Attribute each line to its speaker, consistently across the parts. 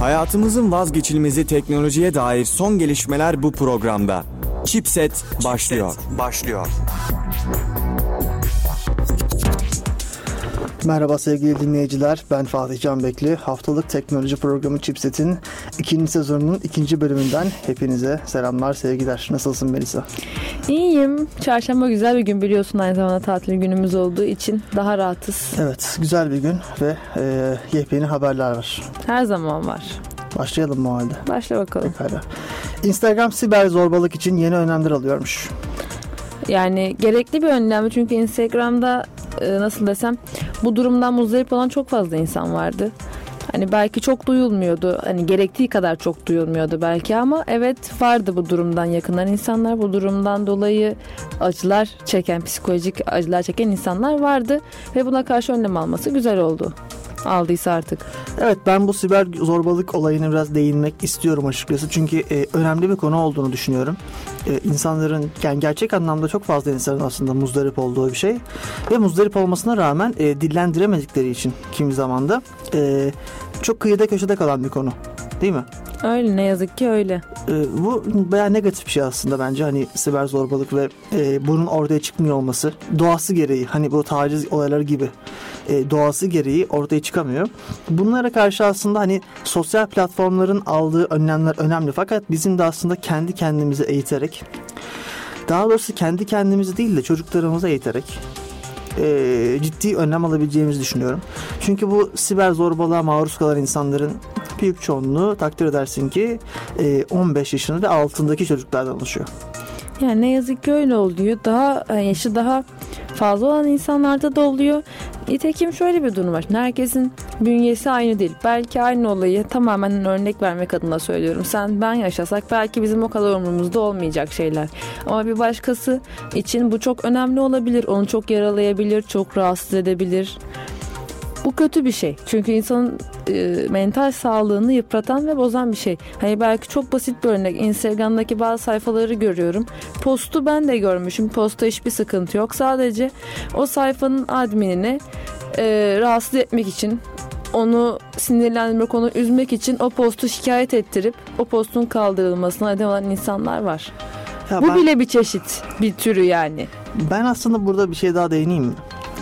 Speaker 1: Hayatımızın vazgeçilmezi teknolojiye dair son gelişmeler bu programda. Chipset başlıyor. Başlıyor.
Speaker 2: Merhaba sevgili dinleyiciler, ben Fatih Canbekli. Haftalık teknoloji programı Chipset'in ikinci sezonunun ikinci bölümünden hepinize selamlar, sevgiler. Nasılsın Melisa?
Speaker 3: İyiyim. Çarşamba güzel bir gün biliyorsun aynı zamanda tatil günümüz olduğu için daha rahatız.
Speaker 2: Evet, güzel bir gün ve e, yepyeni haberler var.
Speaker 3: Her zaman var.
Speaker 2: Başlayalım mı o halde?
Speaker 3: Başla bakalım.
Speaker 2: Pekala. Instagram siber zorbalık için yeni önlemler alıyormuş.
Speaker 3: Yani gerekli bir önlem çünkü Instagram'da e, nasıl desem bu durumdan muzdarip olan çok fazla insan vardı. Hani belki çok duyulmuyordu. Hani gerektiği kadar çok duyulmuyordu belki ama evet vardı bu durumdan yakınlar insanlar. Bu durumdan dolayı acılar çeken, psikolojik acılar çeken insanlar vardı. Ve buna karşı önlem alması güzel oldu. Aldıysa artık.
Speaker 2: Evet ben bu siber zorbalık olayına biraz değinmek istiyorum açıkçası. Çünkü e, önemli bir konu olduğunu düşünüyorum. E, insanların yani gerçek anlamda çok fazla insanın aslında muzdarip olduğu bir şey. Ve muzdarip olmasına rağmen e, dillendiremedikleri için kimi zamanda e, çok kıyıda köşede kalan bir konu. Değil mi?
Speaker 3: Öyle ne yazık ki öyle.
Speaker 2: E, bu bayağı negatif bir şey aslında bence hani siber zorbalık ve e, bunun ortaya çıkmıyor olması doğası gereği hani bu taciz olayları gibi e, doğası gereği ortaya çıkamıyor. Bunlara karşı aslında hani sosyal platformların aldığı önlemler önemli fakat bizim de aslında kendi kendimizi eğiterek daha doğrusu kendi kendimizi değil de çocuklarımızı eğiterek e, ciddi önlem alabileceğimizi düşünüyorum. Çünkü bu siber zorbalığa maruz kalan insanların büyük çoğunluğu takdir edersin ki e, 15 yaşında ve altındaki çocuklardan oluşuyor.
Speaker 3: Yani ne yazık ki öyle oluyor. Daha e, yaşı daha fazla olan insanlarda da oluyor. Nitekim şöyle bir durum var. Şimdi Herkesin bünyesi aynı değil. Belki aynı olayı tamamen örnek vermek adına söylüyorum. Sen ben yaşasak belki bizim o kadar umurumuzda olmayacak şeyler. Ama bir başkası için bu çok önemli olabilir. Onu çok yaralayabilir, çok rahatsız edebilir. Bu kötü bir şey. Çünkü insanın e, mental sağlığını yıpratan ve bozan bir şey. Hani belki çok basit bir örnek. Instagram'daki bazı sayfaları görüyorum. Postu ben de görmüşüm. Posta hiçbir sıkıntı yok. Sadece o sayfanın adminini e, rahatsız etmek için onu sinirlendirmek, onu üzmek için o postu şikayet ettirip o postun kaldırılmasına neden olan insanlar var.
Speaker 2: Ya
Speaker 3: Bu
Speaker 2: ben-
Speaker 3: bile bir çeşit, bir türü yani.
Speaker 2: Ben aslında burada bir şey daha değineyim mi?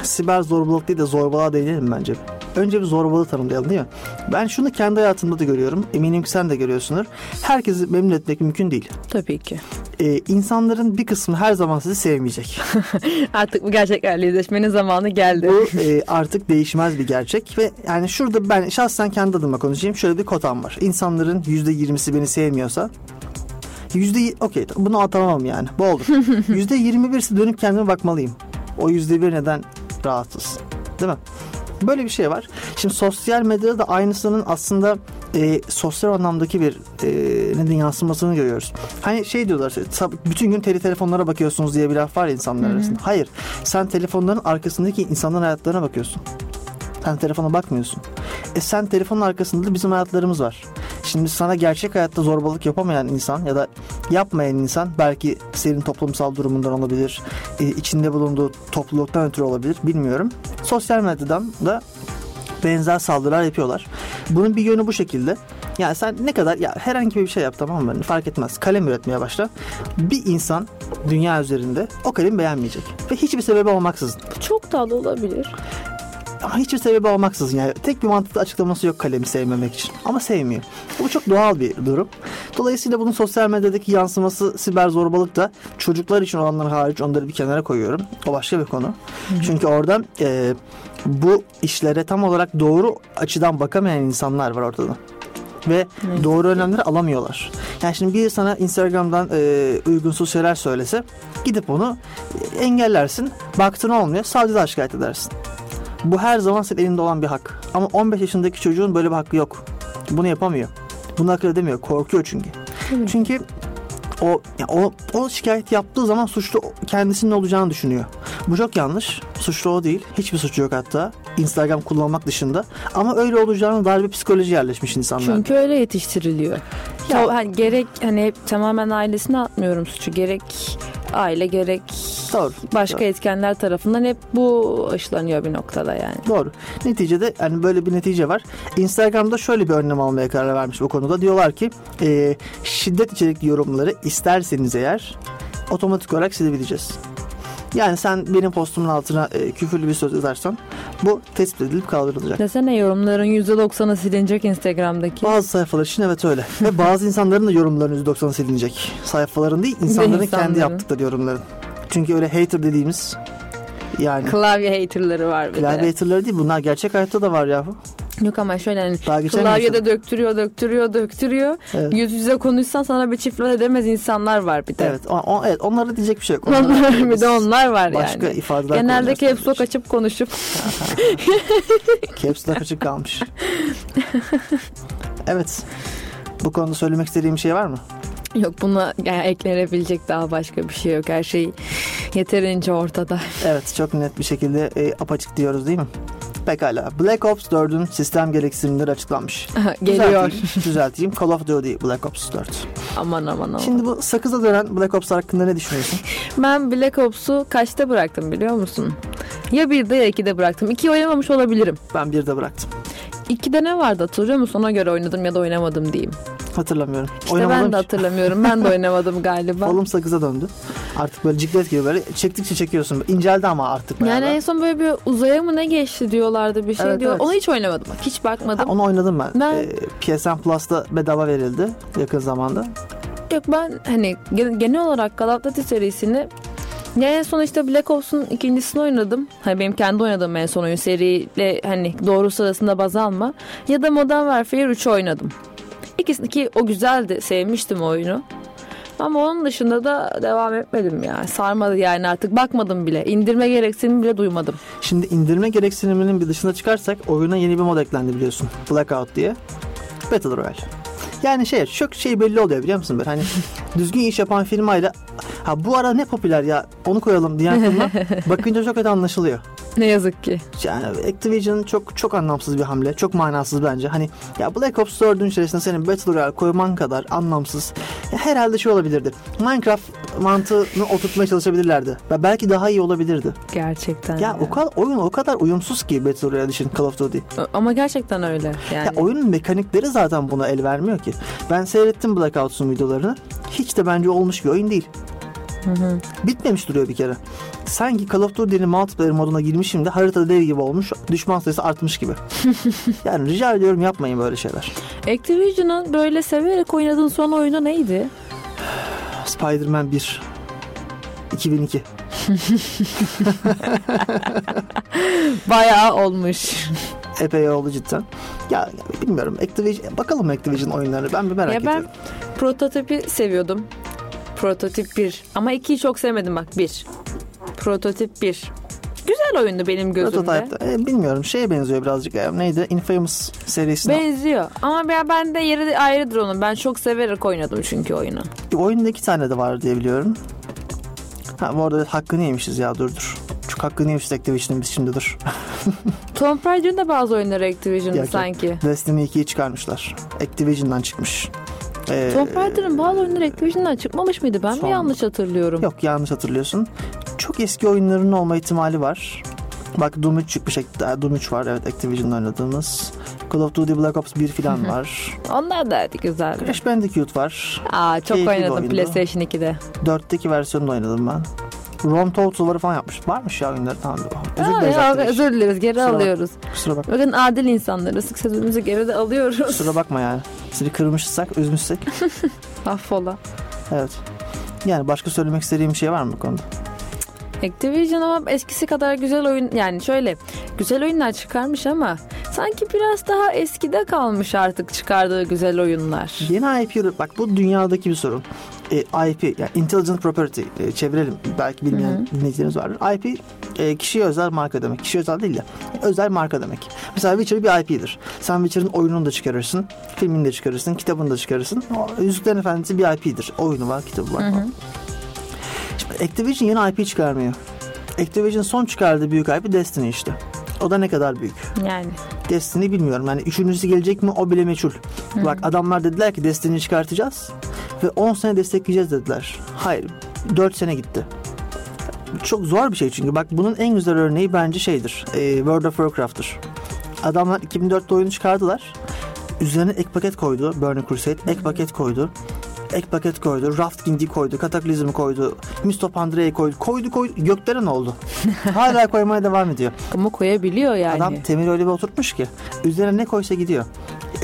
Speaker 2: Siber zorbalık değil de zorbalığa değinelim bence. Önce bir zorbalığı tanımlayalım değil mi? Ben şunu kendi hayatımda da görüyorum. Eminim ki sen de görüyorsundur. Herkesi memnun etmek mümkün değil.
Speaker 3: Tabii ki.
Speaker 2: Ee, insanların bir kısmı her zaman sizi sevmeyecek.
Speaker 3: Artık bu gerçeklerle yüzleşmenin zamanı geldi.
Speaker 2: Bu e, artık değişmez bir gerçek ve yani şurada ben şahsen kendi adıma konuşayım. Şöyle bir kotam var. İnsanların %20'si beni sevmiyorsa yüzde okey bunu atamam yani. Bu olur. %21'si dönüp kendime bakmalıyım. O %1 neden rahatsız? Değil mi? Böyle bir şey var. Şimdi sosyal medyada da aynısının aslında e, sosyal anlamdaki bir e, neden yansımasını görüyoruz. Hani şey diyorlar işte, "Sab- bütün gün tele telefonlara bakıyorsunuz diye bir laf var ya insanlar arasında. Hayır. Sen telefonların arkasındaki insanların hayatlarına bakıyorsun. Sen telefona bakmıyorsun. E sen telefonun arkasında da bizim hayatlarımız var. Şimdi sana gerçek hayatta zorbalık yapamayan insan ya da yapmayan insan belki senin toplumsal durumundan olabilir, e, içinde bulunduğu topluluktan ötürü olabilir bilmiyorum. Sosyal medyadan da benzer saldırılar yapıyorlar. Bunun bir yönü bu şekilde. Yani sen ne kadar ya herhangi bir şey yap tamam mı? Fark etmez. Kalem üretmeye başla. Bir insan dünya üzerinde o kalemi beğenmeyecek. Ve hiçbir sebebi olmaksızın.
Speaker 3: Çok tatlı olabilir.
Speaker 2: Ama hiçbir sebebi olmaksızın yani tek bir mantıklı açıklaması yok kalemi sevmemek için. Ama sevmiyor. Bu çok doğal bir durum. Dolayısıyla bunun sosyal medyadaki yansıması siber zorbalık da çocuklar için olanlar hariç onları bir kenara koyuyorum. O başka bir konu. Çünkü orada e, bu işlere tam olarak doğru açıdan bakamayan insanlar var ortada. Ve doğru önlemleri alamıyorlar. Yani şimdi biri sana Instagram'dan e, uygunsuz şeyler söylese gidip onu e, engellersin. Baktın olmuyor sadece daha şikayet edersin. Bu her zaman senin elinde olan bir hak. Ama 15 yaşındaki çocuğun böyle bir hakkı yok. Bunu yapamıyor. Bunu akıl edemiyor. Korkuyor çünkü. Çünkü o, ya o o şikayet yaptığı zaman suçlu kendisinin olacağını düşünüyor. Bu çok yanlış. Suçlu o değil. Hiçbir suçu yok hatta. Instagram kullanmak dışında. Ama öyle olacağına dair bir psikoloji yerleşmiş insanlarda.
Speaker 3: Çünkü öyle yetiştiriliyor.
Speaker 2: Ya-
Speaker 3: Ya. hani gerek hani hep tamamen ailesine atmıyorum suçu. Gerek aile gerek
Speaker 2: Doğru.
Speaker 3: başka
Speaker 2: Doğru.
Speaker 3: etkenler tarafından hep bu aşılanıyor bir noktada yani.
Speaker 2: Doğru. Neticede yani böyle bir netice var. Instagram'da şöyle bir önlem almaya karar vermiş bu konuda. Diyorlar ki e, şiddet içerikli yorumları isterseniz eğer otomatik olarak silebileceğiz. Yani sen benim postumun altına e, küfürlü bir söz yazarsan bu tespit edilip kaldırılacak.
Speaker 3: Desene yorumların %90'ı silinecek Instagram'daki.
Speaker 2: Bazı sayfalar için evet öyle. Ve bazı insanların da yorumlarının %90'ı silinecek. Sayfaların değil insanların kendi
Speaker 3: insanların.
Speaker 2: yaptıkları yorumların. Çünkü öyle hater dediğimiz yani
Speaker 3: Klavye haterları var bir
Speaker 2: klavye
Speaker 3: de.
Speaker 2: haterları değil bunlar gerçek hayatta da var yahu.
Speaker 3: Yok ama şöyle hani
Speaker 2: Daha geçen gün
Speaker 3: klavyede
Speaker 2: yaşadım.
Speaker 3: döktürüyor, döktürüyor, döktürüyor.
Speaker 2: Evet.
Speaker 3: Yüz yüze konuşsan sana bir çift laf edemez insanlar var bir de.
Speaker 2: Evet, o, o- evet onlara diyecek bir şey yok.
Speaker 3: Onlar bir
Speaker 2: biz
Speaker 3: de onlar var
Speaker 2: başka
Speaker 3: yani.
Speaker 2: ifadeler
Speaker 3: Genelde
Speaker 2: kullanacağız
Speaker 3: caps lock
Speaker 2: tabii.
Speaker 3: açıp konuşup
Speaker 2: Caps lock açık kalmış. evet. Bu konuda söylemek istediğim bir şey var mı?
Speaker 3: yok buna yani eklenebilecek daha başka bir şey yok. Her şey yeterince ortada.
Speaker 2: Evet çok net bir şekilde e, apaçık diyoruz değil mi? Pekala. Black Ops 4'ün sistem gereksinimleri açıklanmış.
Speaker 3: Geliyor.
Speaker 2: Düzelteyim, düzelteyim. Call of Duty Black Ops 4.
Speaker 3: aman aman aman.
Speaker 2: Şimdi bu sakıza dönen Black Ops hakkında ne düşünüyorsun?
Speaker 3: Ben Black Ops'u kaçta bıraktım biliyor musun? Ya birde ya ikide bıraktım. İki oynamamış olabilirim.
Speaker 2: Ben bir de bıraktım.
Speaker 3: İkide ne vardı hatırlıyor musun? Ona göre oynadım ya da oynamadım diyeyim.
Speaker 2: Hatırlamıyorum.
Speaker 3: İşte ben de
Speaker 2: ki.
Speaker 3: hatırlamıyorum. Ben de oynamadım galiba.
Speaker 2: Kolum sakıza döndü. Artık böyle ciklet gibi böyle çektikçe çekiyorsun. İnceldi ama artık bayağı
Speaker 3: yani
Speaker 2: da.
Speaker 3: en son böyle bir uzaya mı ne geçti diyorlardı bir şey
Speaker 2: Evet,
Speaker 3: diyor.
Speaker 2: evet.
Speaker 3: Onu hiç oynamadım. Bak, Hiç
Speaker 2: Ha,
Speaker 3: bakmadım.
Speaker 2: onu oynadım ben.
Speaker 3: Ben-
Speaker 2: Ee, PSN Plus'ta bedava verildi yakın zamanda.
Speaker 3: Yok ben hani gen- genel olarak Call of Duty serisini ya en son işte Black Ops'un ikincisini oynadım. Hani benim kendi oynadığım en son oyun seriyle hani doğru sırasında baz alma. Ya da Modern Warfare 3'ü oynadım. İkisini ki o güzeldi. Sevmiştim oyunu. Ama onun dışında da devam etmedim ya. Sarmadı yani artık. Bakmadım bile. İndirme gereksinimi bile duymadım.
Speaker 2: Şimdi indirme gereksiniminin bir dışına çıkarsak oyuna yeni bir mod eklendi biliyorsun. Blackout diye. Battle Royale. Yani şey çok şey belli oluyor biliyor musun? Böyle hani düzgün iş yapan firmayla ha bu ara ne popüler ya onu koyalım diyen firma bakınca çok kötü anlaşılıyor.
Speaker 3: Ne yazık ki.
Speaker 2: Yani Activision çok çok anlamsız bir hamle. Çok manasız bence. Hani ya Black Ops 4'ün içerisinde senin Battle Royale koyman kadar anlamsız. Ya herhalde şey olabilirdi. Minecraft mantığını oturtmaya çalışabilirlerdi. Ve belki daha iyi olabilirdi.
Speaker 3: Gerçekten.
Speaker 2: Ya o kadar oyun o kadar uyumsuz ki Battle Royale için Call of Duty.
Speaker 3: Ama gerçekten öyle. Yani.
Speaker 2: Ya oyunun mekanikleri zaten buna el vermiyor ki. Ben seyrettim Blackout'un videolarını. Hiç de bence olmuş bir oyun değil. Bitmemiş duruyor bir kere. Sanki Call of Duty'nin multiplayer moduna girmişim de haritada dev gibi olmuş. Düşman sayısı artmış gibi. yani rica ediyorum yapmayın böyle şeyler.
Speaker 3: Activision'ın böyle severek oynadığın son oyunu neydi?
Speaker 2: Spider-Man 1. 2002.
Speaker 3: Bayağı olmuş.
Speaker 2: Epey oldu cidden. Ya bilmiyorum. Activision, bakalım Activision oyunlarını. Ben bir merak
Speaker 3: ya ben
Speaker 2: ediyorum.
Speaker 3: prototipi seviyordum. Prototip 1. Ama 2'yi çok sevmedim bak 1. Prototip 1. Güzel oyundu benim gözümde.
Speaker 2: Prototype'da. E, bilmiyorum. Şeye benziyor birazcık. ya. Neydi? Infamous serisine
Speaker 3: Benziyor. Ama ben, ben de yeri ayrıdır onun. Ben çok severek oynadım çünkü oyunu.
Speaker 2: Oyunda iki tane de var diye biliyorum. Ha bu arada hakkını yemişiz ya dur dur. Çok hakkını yemişiz Activision'ın biz şimdi dur.
Speaker 3: Tomb Raider'ın da bazı oyunları Activision'dı
Speaker 2: Yok, yok.
Speaker 3: sanki.
Speaker 2: Destiny 2'yi çıkarmışlar. Activision'dan çıkmış. Ee,
Speaker 3: Tomb Raider'ın bazı oyunları Activision'dan çıkmamış mıydı? Ben
Speaker 2: Son-
Speaker 3: mi yanlış hatırlıyorum?
Speaker 2: Yok yanlış hatırlıyorsun. Çok eski oyunların olma ihtimali var. Bak Doom 3 çıkmış. Ha, Doom 3 var evet Activision'da oynadığımız. Call of Duty Black Ops 1 falan var.
Speaker 3: Onlar da güzel.
Speaker 2: Crash Bandicoot var.
Speaker 3: Aa çok
Speaker 2: Keyifli bir
Speaker 3: oynadım
Speaker 2: oyundu.
Speaker 3: PlayStation 2'de.
Speaker 2: 4'teki versiyonunu oynadım ben. Rome Total'ları falan yapmış. Varmış ya oyunları tamam. Özür
Speaker 3: Aa,
Speaker 2: dileriz
Speaker 3: ya,
Speaker 2: Activision.
Speaker 3: özür dileriz geri
Speaker 2: Kusura bak-
Speaker 3: alıyoruz.
Speaker 2: Kusura bak.
Speaker 3: Bakın adil insanları sık sözümüzü geri de alıyoruz.
Speaker 2: Kusura bakma yani. Sizi kırmışsak, üzmüşsek.
Speaker 3: Affola.
Speaker 2: Evet. Yani başka söylemek istediğim bir şey var mı bu konuda?
Speaker 3: Activision ama eskisi kadar güzel oyun yani şöyle güzel oyunlar çıkarmış ama sanki biraz daha eskide kalmış artık çıkardığı güzel oyunlar.
Speaker 2: Yeni IP, 'leri- bak bu dünyadaki bir sorun. E, IP, yani Intelligent Property e, çevirelim. Belki bilmeyen dinleyicilerimiz vardır. IP e, kişiye özel marka demek. Kişiye özel değil de özel marka demek. Mesela Witcher bir IP'dir. Sen Witcher'ın oyununu da çıkarırsın, filmini de çıkarırsın, kitabını da çıkarırsın. O, Yüzüklerin Efendisi bir IP'dir. Oyunu var, kitabı var. falan. Şimdi Activision yeni IP çıkarmıyor. Activision son çıkardığı büyük IP Destiny işte. O da ne kadar büyük?
Speaker 3: Yani
Speaker 2: Destiny bilmiyorum. Yani üçüncüsü gelecek mi o bile meçhul. Bak adamlar dediler ki Destiny'yi çıkartacağız ve 10 sene destekleyeceğiz dediler. Hayır. 4 sene gitti. Çok zor bir şey çünkü. Bak bunun en güzel örneği bence şeydir. e, World of Warcraft'tır. Adamlar 2004'te oyunu çıkardılar. Üzerine ek paket koydu. Burning Crusade ek paket koydu. Ek paket koydu. Rafting'i koydu. Kataklizm'i koydu. Mistopandre'yi koydu. Koydu koydu. Göklere ne oldu? Hala koymaya devam ediyor.
Speaker 3: Ama koyabiliyor yani.
Speaker 2: Adam temeli öyle bir oturtmuş ki. Üzerine ne koysa gidiyor.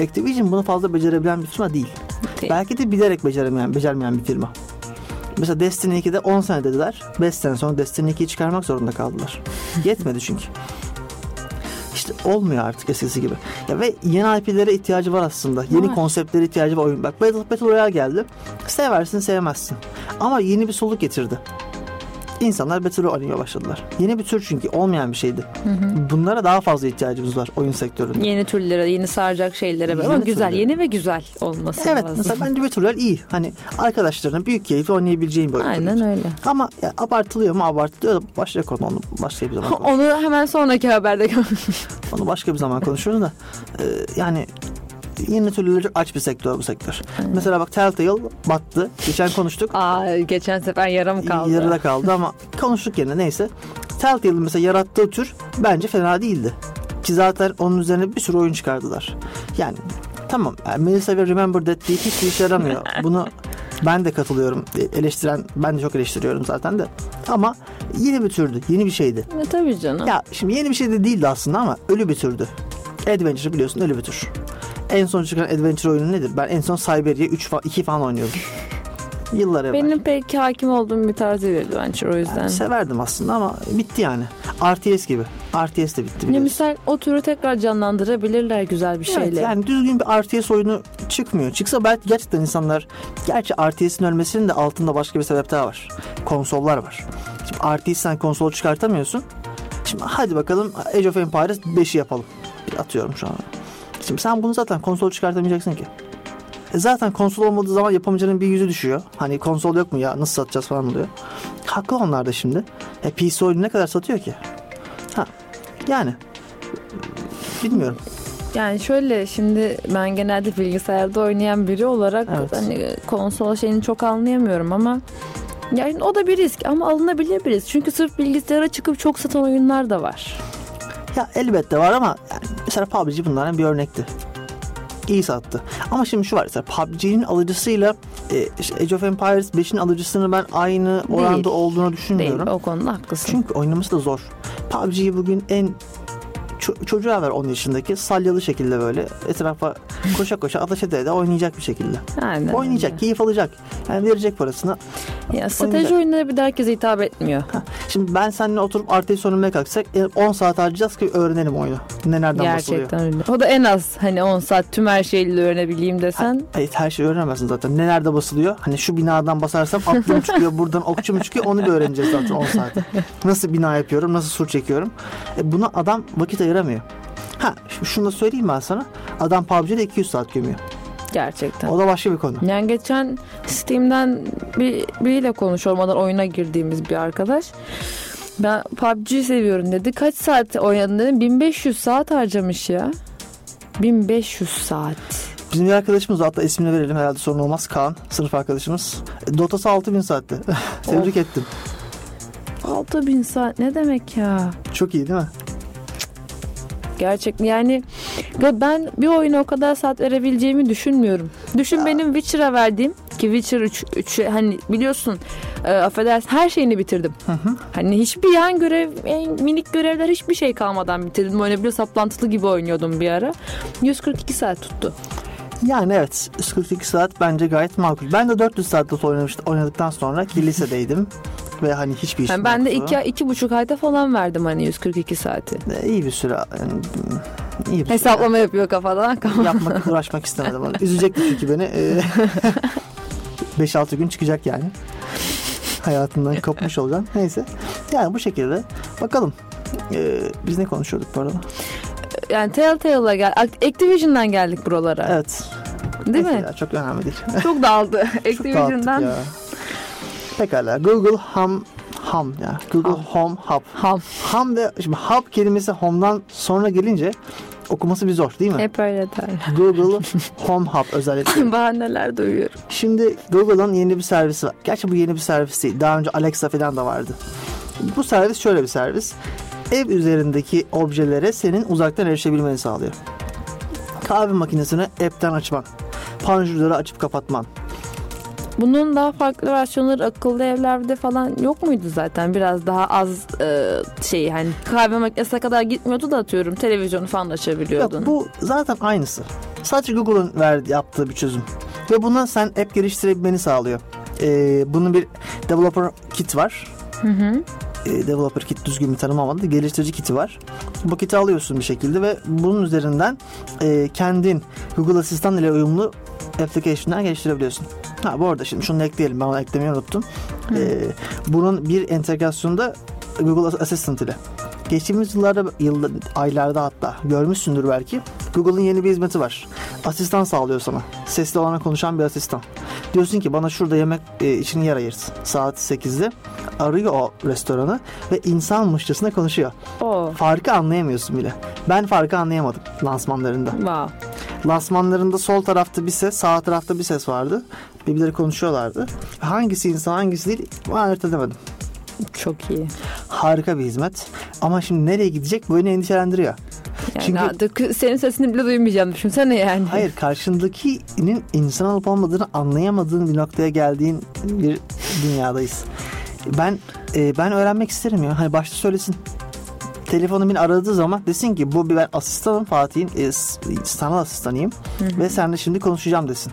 Speaker 2: Activision bunu fazla becerebilen bir firma değil.
Speaker 3: Değil.
Speaker 2: Belki de bilerek beceremeyen, becermeyen bir firma. Mesela Destiny 2'de 10 sene dediler. 5 sene sonra Destiny 2'yi çıkarmak zorunda kaldılar. Yetmedi çünkü. İşte olmuyor artık eskisi gibi. Ya ve yeni IP'lere ihtiyacı var aslında. Yeni
Speaker 3: Var.
Speaker 2: konseptlere ihtiyacı var oyun. Bak Battle, Battle Royale geldi. Seversin sevmezsin. Ama yeni bir soluk getirdi. İnsanlar Battle Royale oynamaya başladılar. Yeni bir tür çünkü olmayan bir şeydi. Bunlara daha fazla ihtiyacımız var oyun sektöründe.
Speaker 3: Yeni türlere, yeni saracak şeylere böyle.
Speaker 2: Yeni
Speaker 3: Ama güzel,
Speaker 2: türlere.
Speaker 3: yeni ve güzel olması
Speaker 2: Evet
Speaker 3: lazım.
Speaker 2: mesela bence Battle Royale iyi. Hani arkadaşlarına büyük keyifle oynayabileceğin bir oyun.
Speaker 3: Aynen öyle.
Speaker 2: Ama ya, abartılıyor mu abartılıyor da başka konu onu başka bir zaman konuşuruz.
Speaker 3: Onu hemen sonraki haberde gör.
Speaker 2: Onu başka bir zaman konuşuruz da e, yani yeni türlü çok aç bir sektör bu sektör. Mesela bak Telltale battı. Geçen konuştuk.
Speaker 3: Aa geçen sefer yarım kaldı.
Speaker 2: Yarıda kaldı ama konuştuk yine neyse. Telltale'ın mesela yarattığı tür bence fena değildi. Ki zaten onun üzerine bir sürü oyun çıkardılar. Yani tamam yani Melissa ve Remember That deyip hiçbir işe yaramıyor. Bunu ben de katılıyorum. E, Eleştiren ben de çok eleştiriyorum zaten de. Ama yeni bir türdü. Yeni bir şeydi.
Speaker 3: E, tabii canım.
Speaker 2: Ya şimdi yeni bir şey de değildi aslında ama ölü bir türdü. Adventure biliyorsun ölü bir tür. En son çıkan Adventure oyunu nedir? Ben en son Siberia 3 fa- 2 falan oynuyordum. Yıllar evvel.
Speaker 3: Benim pek hakim olduğum bir tarz değil Adventure o yüzden.
Speaker 2: Yani severdim aslında ama bitti yani. RTS gibi. RTS de bitti
Speaker 3: Ne
Speaker 2: biliyorsun.
Speaker 3: misal o türü tekrar canlandırabilirler güzel bir
Speaker 2: Evet,
Speaker 3: şeyle.
Speaker 2: yani düzgün bir RTS oyunu çıkmıyor. Çıksa belki gerçekten insanlar... Gerçi RTS'in ölmesinin de altında başka bir sebep daha var. Konsollar var. Şimdi RTS sen konsol çıkartamıyorsun. Şimdi hadi bakalım Age of Empires 5'i yapalım. Bir atıyorum şu an. Şimdi sen bunu zaten konsol çıkartamayacaksın ki. E zaten konsol olmadığı zaman yapamayacağının bir yüzü düşüyor. Hani konsol yok mu ya nasıl satacağız falan oluyor. Haklı onlar da şimdi. E PC oyunu ne kadar satıyor ki? Ha yani bilmiyorum.
Speaker 3: Yani şöyle şimdi ben genelde bilgisayarda oynayan biri olarak
Speaker 2: Evet.
Speaker 3: hani konsol şeyini çok anlayamıyorum ama yani o da bir risk ama alınabilir bir risk. Çünkü sırf bilgisayara çıkıp çok satan oyunlar da var.
Speaker 2: Ya elbette var ama yani mesela PUBG bunların bir örnekti. İyi sattı. Ama şimdi şu var mesela PUBG'nin alıcısıyla e, işte Age of Empires 5'in alıcısını ben aynı oranda
Speaker 3: Değil.
Speaker 2: olduğunu
Speaker 3: Değil
Speaker 2: düşünmüyorum.
Speaker 3: o konuda haklısın.
Speaker 2: Çünkü oynaması da zor. PUBG'yi bugün en ço- çocuğa ver 10 yaşındaki salyalı şekilde böyle etrafa koşa koşa ateş ede de oynayacak bir şekilde.
Speaker 3: Aynen
Speaker 2: oynayacak,
Speaker 3: öyle.
Speaker 2: keyif alacak. Yani verecek parasını.
Speaker 3: Ya, strateji oyunları bir de herkese hitap etmiyor.
Speaker 2: Şimdi ben seninle oturup RTS oynamaya kalksak e, 10 saat harcayacağız ki öğrenelim oyunu. Ne nereden basılıyor.
Speaker 3: Gerçekten öyle. O da en az hani 10 saat tüm her şeyle öğrenebileyim desen.
Speaker 2: Hayır her şeyi öğrenemezsin zaten. Ne nerede basılıyor? Hani şu binadan basarsam aklım çıkıyor, buradan okçu mu çıkıyor onu bir öğreneceğiz zaten 10 saat. Nasıl bina yapıyorum, nasıl sur çekiyorum. E, buna adam vakit ayıramıyor. Ha şimdi şunu da söyleyeyim ben sana. Adam PUBG'de 200 saat gömüyor.
Speaker 3: Gerçekten.
Speaker 2: O da başka bir konu.
Speaker 3: Yani geçen Steam'den bir, biriyle konuşmadan oyuna girdiğimiz bir arkadaş. Ben PUBG seviyorum dedi. Kaç saat oynadın dedim. 1500 saat harcamış ya. 1500 saat.
Speaker 2: Bizim bir arkadaşımız var, hatta ismini verelim herhalde sorun olmaz. Kaan sınıf arkadaşımız. E, Dota'sı 6000 saatte.
Speaker 3: Oh.
Speaker 2: Tebrik ettim.
Speaker 3: 6000 saat ne demek ya?
Speaker 2: Çok iyi değil mi?
Speaker 3: Gerçek yani ya ben bir oyuna o kadar saat verebileceğimi düşünmüyorum. Düşün benim Witcher'a verdiğim ki Witcher 3, 3 hani biliyorsun e, affedersin her şeyini bitirdim. Hani hiçbir yan görev en minik görevler hiçbir şey kalmadan bitirdim. Öyle bir saplantılı gibi oynuyordum bir ara. 142 saat tuttu.
Speaker 2: Yani evet 142 saat bence gayet makul. Ben de 400 saat Dota oynamıştım. Oynadıktan sonra ki lisedeydim. Ve hani hiçbir işim
Speaker 3: Yani ben de
Speaker 2: yoktu.
Speaker 3: iki, iki buçuk ayda falan verdim hani 142 saati.
Speaker 2: E, iyi bir süre. Yani, iyi bir süre.
Speaker 3: Hesaplama yapıyor kafadan.
Speaker 2: Yapmak, uğraşmak istemedim. onu. Üzecekti çünkü beni. E, 5-6 gün çıkacak yani. Hayatından kopmuş olacağım. Neyse. Yani bu şekilde. Bakalım. E, biz ne konuşuyorduk bu arada?
Speaker 3: Yani Telltale'a gel Act- Activision'dan geldik buralara.
Speaker 2: Evet.
Speaker 3: Değil
Speaker 2: Neyse
Speaker 3: mi?
Speaker 2: ya, çok önemli değil.
Speaker 3: Çok dağıldı.
Speaker 2: çok dağıttık
Speaker 3: Activision'dan
Speaker 2: ya. Pekala. Google Home Home ya. Google Home Hub.
Speaker 3: Ham.
Speaker 2: Ham ve şimdi hub kelimesi home'dan sonra gelince Okuması bir zor değil mi?
Speaker 3: Hep öyle derler.
Speaker 2: Google Home Hub özellikle.
Speaker 3: Bahaneler duyuyorum.
Speaker 2: Şimdi Google'ın yeni bir servisi var. Gerçi bu yeni bir servis değil. Daha önce Alexa falan da vardı. Bu servis şöyle bir servis. Ev üzerindeki objelere senin uzaktan erişebilmeni sağlıyor. Kahve makinesini app'ten açman. Panjurları açıp kapatman.
Speaker 3: Bunun daha farklı versiyonları akıllı evlerde falan yok muydu zaten? Biraz daha az e, şey hani kahve makinesine kadar gitmiyordu da atıyorum televizyonu falan da
Speaker 2: Yok,
Speaker 3: açabiliyordun.
Speaker 2: bu zaten aynısı. Sadece Google'ın verdi, yaptığı bir çözüm. Ve buna sen app geliştirebilmeni sağlıyor. Ee, bunun bir developer kit var.
Speaker 3: Hı hı.
Speaker 2: e, developer kit düzgün bir tanım olmadı. Geliştirici kiti var. Bu kiti alıyorsun bir şekilde ve bunun üzerinden e, kendin Google Asistan ile uyumlu application'lar geliştirebiliyorsun. Ha bu arada şimdi şunu da ekleyelim. Ben onu eklemeyi unuttum. E, bunun bir entegrasyonu da Google Assistant ile. Geçtiğimiz yıllarda, yılda, aylarda hatta görmüşsündür belki. Google'ın yeni bir hizmeti var. Asistan sağlıyor sana. Sesli olana konuşan bir asistan. Diyorsun ki bana şurada yemek e, için yer ayırt. Saat 8'de arıyor o restoranı ve insanmışçasına konuşuyor.
Speaker 3: O.
Speaker 2: Farkı anlayamıyorsun bile. Ben farkı anlayamadım lansmanlarında.
Speaker 3: Wow.
Speaker 2: Lansmanlarında sol tarafta bir ses, sağ tarafta bir ses vardı. Birbirleri konuşuyorlardı. Hangisi insan hangisi değil ben ayırt edemedim.
Speaker 3: Çok iyi.
Speaker 2: Harika bir hizmet. Ama şimdi nereye gidecek bu beni endişelendiriyor.
Speaker 3: Yani
Speaker 2: Çünkü-
Speaker 3: artık senin sesini bile duymayacağım düşünsene yani.
Speaker 2: Hayır karşındakinin insan olup olmadığını anlayamadığın bir noktaya geldiğin bir dünyadayız. Ben e, ben öğrenmek isterim ya. Hani başta söylesin. Telefonu beni aradığı zaman desin ki bu bir ben asistanım Fatih'in e, s- sanal asistanıyım ve seninle şimdi konuşacağım desin.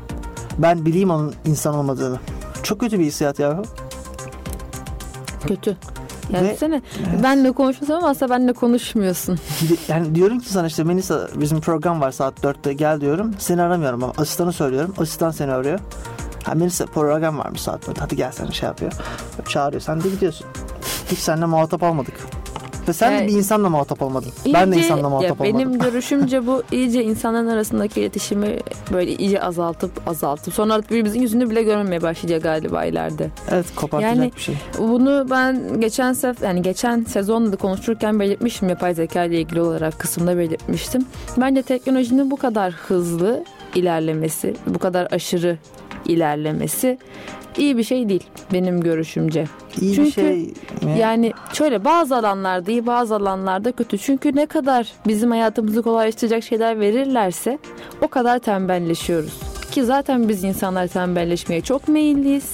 Speaker 2: Ben bileyim onun insan olmadığını. Çok kötü bir hissiyat ya.
Speaker 3: Kötü. Yani
Speaker 2: Ve-
Speaker 3: düşünsene, benle konuşmasam aslında benle konuşmuyorsun.
Speaker 2: Bir de- Yani diyorum ki sana işte Melisa bizim program var saat 4'te gel diyorum. Seni aramıyorum ama asistanı söylüyorum. Asistan seni arıyor. Ha Melisa program varmış saat 4 hadi gel sana şey yapıyor. Çağırıyor sen de gidiyorsun. Hiç seninle muhatap olmadık. Ve sen de
Speaker 3: Yani-
Speaker 2: bir insanla muhatap olmadın. ben de
Speaker 3: İyice-
Speaker 2: insanla muhatap
Speaker 3: ya
Speaker 2: olmadım.
Speaker 3: Benim görüşümce bu iyice insanların arasındaki iletişimi böyle iyice azaltıp azaltıp sonra artık birbirimizin yüzünü bile görmemeye başlayacak galiba ileride.
Speaker 2: Evet kopartacak
Speaker 3: Yani-
Speaker 2: bir şey.
Speaker 3: Bunu ben geçen sef yani geçen sezonda da konuşurken belirtmiştim yapay zeka ile ilgili olarak kısımda belirtmiştim. Bence teknolojinin bu kadar hızlı ilerlemesi, bu kadar aşırı ilerlemesi iyi bir şey değil benim görüşümce.
Speaker 2: İyi bir
Speaker 3: Çünkü-
Speaker 2: şey mi?
Speaker 3: Yani şöyle bazı alanlarda iyi bazı alanlarda kötü. Çünkü ne kadar bizim hayatımızı kolaylaştıracak şeyler verirlerse o kadar tembelleşiyoruz. Ki zaten biz insanlar tembelleşmeye çok meyilliyiz.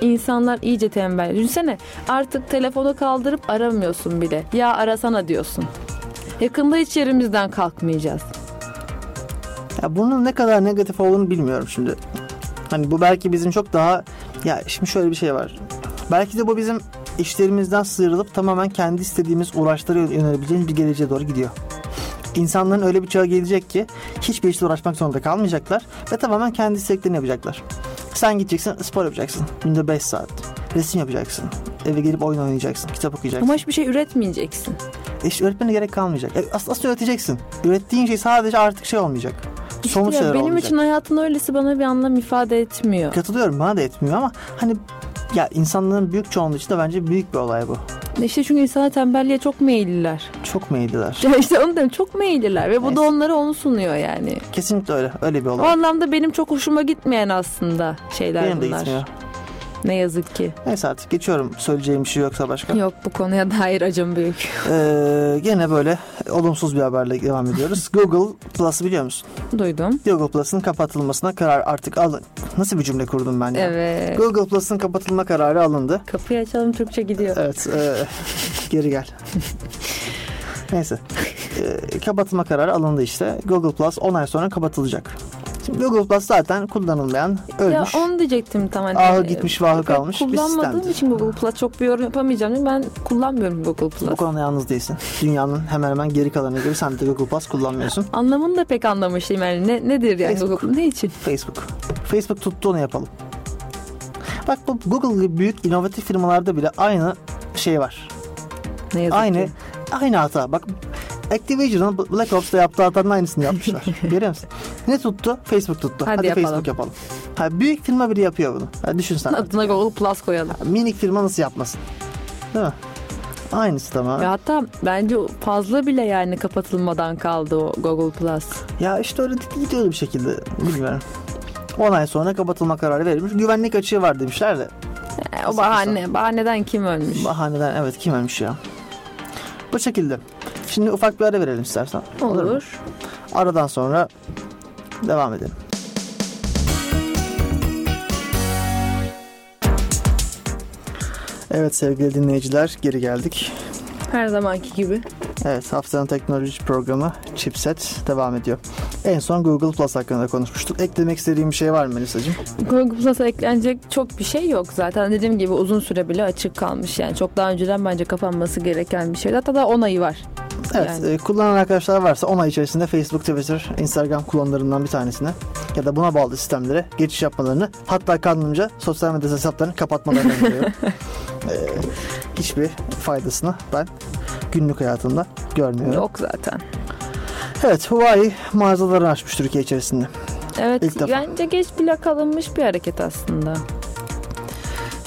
Speaker 3: İnsanlar iyice tembel. Düşünsene artık telefonu kaldırıp aramıyorsun bile. Ya arasana diyorsun. Yakında hiç yerimizden kalkmayacağız.
Speaker 2: Ya bunun ne kadar negatif olduğunu bilmiyorum şimdi. Hani bu belki bizim çok daha ya şimdi şöyle bir şey var. Belki de bu bizim işlerimizden sıyrılıp tamamen kendi istediğimiz uğraşlara yönelebileceğimiz bir geleceğe doğru gidiyor. İnsanların öyle bir çağa gelecek ki hiçbir işle uğraşmak zorunda kalmayacaklar ve tamamen kendi isteklerini yapacaklar. Sen gideceksin spor yapacaksın. Günde 5 saat. Resim yapacaksın. Eve gelip oyun oynayacaksın. Kitap okuyacaksın.
Speaker 3: Ama hiçbir şey üretmeyeceksin.
Speaker 2: E işte öğretmene gerek kalmayacak. E aslında, aslında öğreteceksin. Ürettiğin şey sadece artık şey olmayacak. Somut
Speaker 3: Ya
Speaker 2: şeyler
Speaker 3: benim
Speaker 2: olmayacak.
Speaker 3: için hayatın öylesi bana bir anlam ifade etmiyor.
Speaker 2: Katılıyorum bana da etmiyor ama hani ya insanların büyük çoğunluğu için de bence büyük bir olay bu.
Speaker 3: İşte çünkü insanlar tembelliğe çok meyilliler.
Speaker 2: Çok meyilliler.
Speaker 3: Ya işte onu diyorum çok meyilliler ve bu
Speaker 2: Neyse.
Speaker 3: da onlara onu sunuyor yani.
Speaker 2: Kesinlikle öyle. Öyle bir
Speaker 3: O
Speaker 2: olay.
Speaker 3: anlamda benim çok hoşuma gitmeyen aslında şeyler
Speaker 2: Benim de
Speaker 3: bunlar.
Speaker 2: gitmiyor.
Speaker 3: Ne yazık ki.
Speaker 2: Neyse artık geçiyorum. Söyleyeceğim bir şey yoksa başka.
Speaker 3: Yok bu konuya dair acım büyük.
Speaker 2: Ee, gene böyle olumsuz bir haberle devam ediyoruz. Google Plus'ı biliyor musun?
Speaker 3: Duydum.
Speaker 2: Google Plus'ın kapatılmasına karar artık alın. Nasıl bir cümle kurdum ben ya?
Speaker 3: Evet.
Speaker 2: Google Plus'ın kapatılma kararı alındı.
Speaker 3: Kapıyı açalım Türkçe gidiyor.
Speaker 2: Evet. e, geri gel. Neyse. E, kapatma kararı alındı işte. Google Plus 10 ay sonra kapatılacak. Şimdi Google Plus zaten kullanılmayan,
Speaker 3: Ya
Speaker 2: ölmüş,
Speaker 3: onu diyecektim tam hani.
Speaker 2: ahı gitmiş, vahı
Speaker 3: Ben
Speaker 2: kalmış bir
Speaker 3: Kullanmadığım
Speaker 2: sistemdi.
Speaker 3: için Google Plus çok bir yorum yapamayacağım. Çünkü Ben kullanmıyorum Google
Speaker 2: Bu
Speaker 3: Plus.
Speaker 2: konuda yalnız değilsin. Dünyanın hemen hemen geri kalanı gibi sen de Google Plus kullanmıyorsun.
Speaker 3: Anlamını da pek anlamış değilim yani. Ne, nedir yani
Speaker 2: Facebook.
Speaker 3: Google? Ne için?
Speaker 2: Facebook. Facebook tuttu onu yapalım. Bak bu Google gibi büyük inovatif firmalarda bile aynı şey var.
Speaker 3: Ne yazık
Speaker 2: Aynı
Speaker 3: ki.
Speaker 2: aynı hata. Bak Activision'ın Black Ops'ta yaptığı hatanın aynısını yapmışlar. Görüyor musun? Ne tuttu? Facebook tuttu.
Speaker 3: Hadi
Speaker 2: Hadi,
Speaker 3: yapalım.
Speaker 2: Facebook yapalım. Ha, büyük firma biri yapıyor bunu. Ha, düşün sen.
Speaker 3: Adına Google Plus koyalım.
Speaker 2: Minik firma nasıl yapmasın? Değil mi? Aynısı tamam.
Speaker 3: Ve
Speaker 2: Ya,
Speaker 3: hatta bence fazla bile yani kapatılmadan kaldı o Google Plus.
Speaker 2: işte öyle gidiyordu bir şekilde. Bilmiyorum. 10 ay sonra kapatılma kararı verilmiş. Güvenlik açığı var demişler de.
Speaker 3: E, o bahane, bahaneden kim ölmüş?
Speaker 2: Bahaneden evet kim ölmüş ya. Bu şekilde. Şimdi ufak bir ara verelim istersen.
Speaker 3: Olur.
Speaker 2: mu? Aradan sonra devam edelim. Evet sevgili dinleyiciler geri geldik.
Speaker 3: Her zamanki gibi.
Speaker 2: Evet haftanın teknoloji programı Chipset devam ediyor. En son Google Plus hakkında konuşmuştuk. Eklemek istediğim bir şey var mı Melisa'cığım?
Speaker 3: Google Plus'a eklenecek çok bir şey yok zaten. Dediğim gibi uzun süre bile açık kalmış. Yani çok daha önceden bence kapanması gereken bir şeydi. Hatta daha 10 ayı var.
Speaker 2: Evet
Speaker 3: Yani.
Speaker 2: e, kullanan arkadaşlar varsa 10 ay içerisinde Facebook, Twitter, Instagram kullanımlarından bir tanesine ya da buna bağlı sistemlere geçiş yapmalarını hatta kanunca sosyal medya hesaplarını kapatmalarını öneriyorum. E, hiçbir faydasını ben günlük hayatımda görmüyorum.
Speaker 3: Yok zaten.
Speaker 2: Evet Huawei mağazalarını açmış Türkiye içerisinde.
Speaker 3: Evet
Speaker 2: İlk defa.
Speaker 3: bence geç bile kalınmış bir hareket aslında.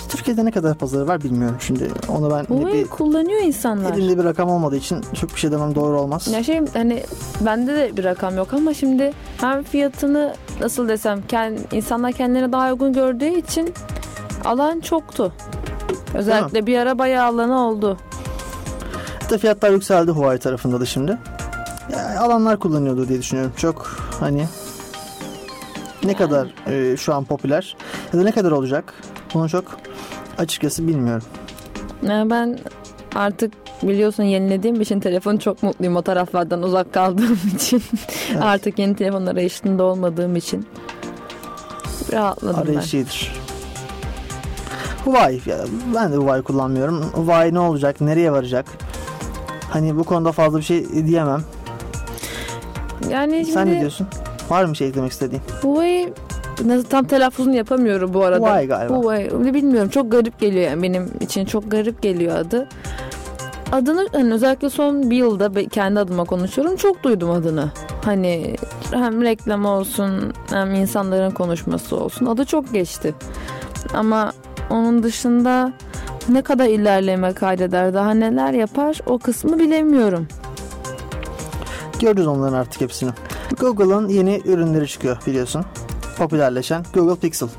Speaker 2: Türkiye'de ne kadar pazarı var bilmiyorum şimdi. Onu ben
Speaker 3: Bu
Speaker 2: bir,
Speaker 3: kullanıyor insanlar.
Speaker 2: elimde bir rakam olmadığı için çok bir şey demem doğru olmaz.
Speaker 3: Ya şey hani bende de bir rakam yok ama şimdi hem fiyatını nasıl desem kend, insanlar kendilerine daha uygun gördüğü için alan çoktu. Özellikle bir ara bayağı alanı oldu.
Speaker 2: Hatta fiyatlar yükseldi Huawei tarafında da şimdi. Ya, alanlar kullanıyordur diye düşünüyorum. Çok hani ne kadar e, şu an popüler ya da ne kadar olacak bunu çok açıkçası bilmiyorum.
Speaker 3: Yani Ee, ben artık biliyorsun yenilediğim için telefonu çok mutluyum o taraflardan uzak kaldığım için.
Speaker 2: Evet.
Speaker 3: artık yeni telefon arayışında olmadığım için. Rahatladım ben.
Speaker 2: Arayış iyidir. Huawei. ya ben de Huawei kullanmıyorum. Huawei ne olacak? Nereye varacak? Hani bu konuda fazla bir şey diyemem.
Speaker 3: Yani E, şimdi
Speaker 2: Sen ne diyorsun? Var mı bir şey eklemek istediğin?
Speaker 3: Huawei nasıl tam telaffuzunu yapamıyorum bu arada.
Speaker 2: Huawei galiba.
Speaker 3: Huawei. Ne Bilmiyorum çok garip geliyor yani benim için çok garip geliyor adı. Adını hani özellikle son bir yılda be- kendi adıma konuşuyorum çok duydum adını. Hani hem reklam olsun hem insanların konuşması olsun adı çok geçti. Ama onun dışında ne kadar ilerleme kaydeder daha neler yapar o kısmı bilemiyorum.
Speaker 2: Görürüz onların artık hepsini. Google'ın yeni ürünleri çıkıyor biliyorsun. Popülerleşen Google Pixel.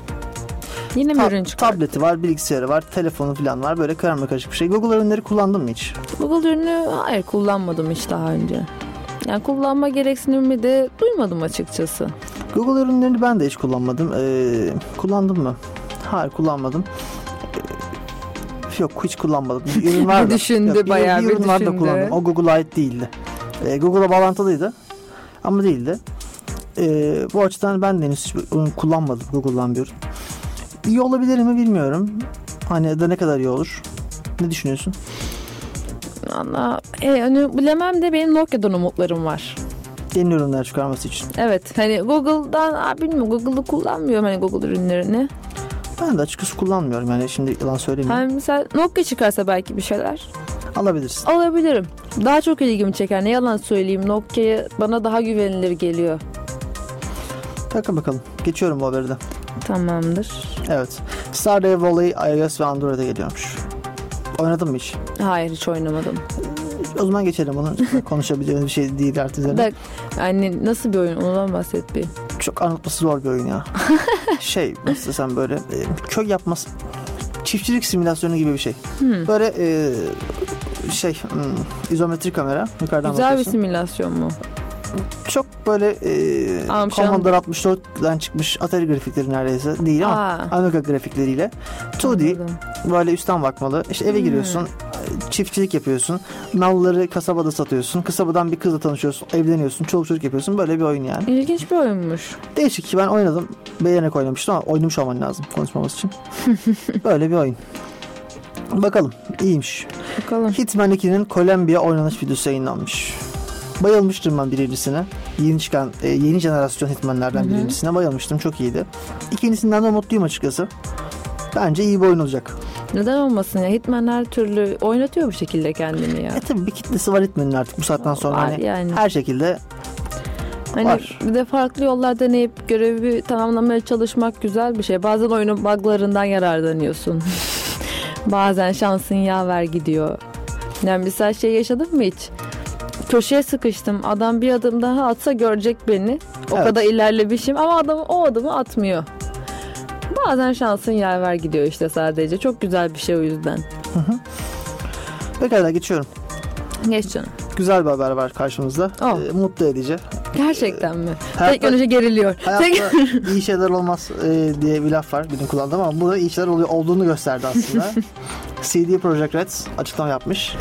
Speaker 3: Yine mi
Speaker 2: Ta-
Speaker 3: ürün çıkar?
Speaker 2: Tableti var, bilgisayarı var, telefonu falan var. Böyle karma karışık bir şey. Google ürünleri kullandın mı hiç?
Speaker 3: Google ürünü hayır kullanmadım hiç daha önce. Yani kullanma gereksinimi de duymadım açıkçası.
Speaker 2: Google ürünlerini ben de hiç kullanmadım. Ee, kullandım mı? Hayır kullanmadım. Ee, yok hiç kullanmadım. Bir ürün vardı.
Speaker 3: Düşündü,
Speaker 2: Yok, bir-
Speaker 3: bayağı
Speaker 2: bir
Speaker 3: bir
Speaker 2: ürün vardı
Speaker 3: düşündü.
Speaker 2: kullandım. O Google'a ait değildi. Ee, Google'a bağlantılıydı. Ama değildi. Ee, bu açıdan ben de henüz hiç bir ürün kullanmadım Google'dan bir ürün. İyi olabilir mi bilmiyorum. Hani ya da ne kadar iyi olur? Ne düşünüyorsun?
Speaker 3: Ama e, hani bilemem de benim Nokia'dan umutlarım var.
Speaker 2: Yeni ürünler çıkarması için.
Speaker 3: Evet hani Google'dan aa, bilmiyorum Google'ı kullanmıyorum hani Google ürünlerini.
Speaker 2: Ben de açıkçası kullanmıyorum yani şimdi yalan söylemeyeyim.
Speaker 3: Hani mesela Nokia çıkarsa belki bir şeyler
Speaker 2: Alabilirsin.
Speaker 3: alabilirim. Daha çok ilgimi çeker ne yalan söyleyeyim Nokia'ya bana daha güvenilir geliyor.
Speaker 2: Bakın bakalım. Geçiyorum bu haberi de.
Speaker 3: Tamamdır.
Speaker 2: Evet. Stardew Valley iOS ve Android'e geliyormuş. Oynadın mı hiç?
Speaker 3: Hayır hiç oynamadım.
Speaker 2: O zaman geçelim bunu. Konuşabileceğimiz bir şey değil artık üzerine.
Speaker 3: Da, yani nasıl bir oyun ondan bahset bir.
Speaker 2: Çok anlatması zor bir oyun ya. şey nasıl sen böyle e, köy yapması çiftçilik simülasyonu gibi bir şey.
Speaker 3: Hmm.
Speaker 2: Böyle e, şey hmm, izometrik kamera yukarıdan
Speaker 3: Güzel bir
Speaker 2: bakıyorsun.
Speaker 3: simülasyon mu?
Speaker 2: Çok böyle e,
Speaker 3: Amşan.
Speaker 2: Commodore 64'den çıkmış Atari grafikleri neredeyse değil ama
Speaker 3: Aa.
Speaker 2: Amiga grafikleriyle 2D
Speaker 3: Anladım.
Speaker 2: böyle üstten bakmalı. İşte eve
Speaker 3: Hmm.
Speaker 2: giriyorsun, çiftçilik yapıyorsun, malları kasabada satıyorsun, kasabadan bir kızla tanışıyorsun, evleniyorsun, çoluk çocuk yapıyorsun. Böyle bir oyun yani.
Speaker 3: İlginç bir oyunmuş.
Speaker 2: Değişik ki ben oynadım, beğenerek oynamıştım ama oynamış olman lazım konuşmaması için. böyle bir oyun. Bakalım, iyiymiş.
Speaker 3: Bakalım.
Speaker 2: Hitman 2'nin Kolombiya oynanış videosu yayınlanmış. Bayılmıştım ben birincisine. Yeni çıkan, e, yeni jenerasyon Hitman'lerden
Speaker 3: Hı hı.
Speaker 2: birincisine bayılmıştım. Çok iyiydi. İkincisinden de mutluyum açıkçası. Bence iyi bir oyun olacak.
Speaker 3: Neden olmasın ya? Hitman her türlü oynatıyor bir şekilde kendini ya.
Speaker 2: E tabii bir kitlesi var Hitman'ın artık bu saatten sonra
Speaker 3: Var
Speaker 2: hani
Speaker 3: yani.
Speaker 2: her şekilde
Speaker 3: Hani
Speaker 2: var.
Speaker 3: bir de farklı yollar deneyip görevi tamamlamaya çalışmak güzel bir şey. Bazen oyunun buglarından yararlanıyorsun. Bazen şansın yaver gidiyor. Yani mesela şey yaşadın mı hiç? Köşeye sıkıştım. Adam bir adım daha atsa görecek beni. O
Speaker 2: Evet.
Speaker 3: kadar ilerlemişim ama adam o adımı atmıyor. Bazen şansın yaver gidiyor işte sadece. Çok güzel bir şey o yüzden.
Speaker 2: Pekala geçiyorum.
Speaker 3: Geç canım.
Speaker 2: Güzel bir haber var karşımızda.
Speaker 3: Oh.
Speaker 2: Ee, mutlu edici.
Speaker 3: Gerçekten mi?
Speaker 2: hayatta-
Speaker 3: Teknoloji geriliyor. Tek-
Speaker 2: Hayatta iyi şeyler olmaz e, diye bir laf var benim kullandığım ama burada iyi şeyler oluyor olduğunu gösterdi aslında. CD Projekt Red açıklama yapmış.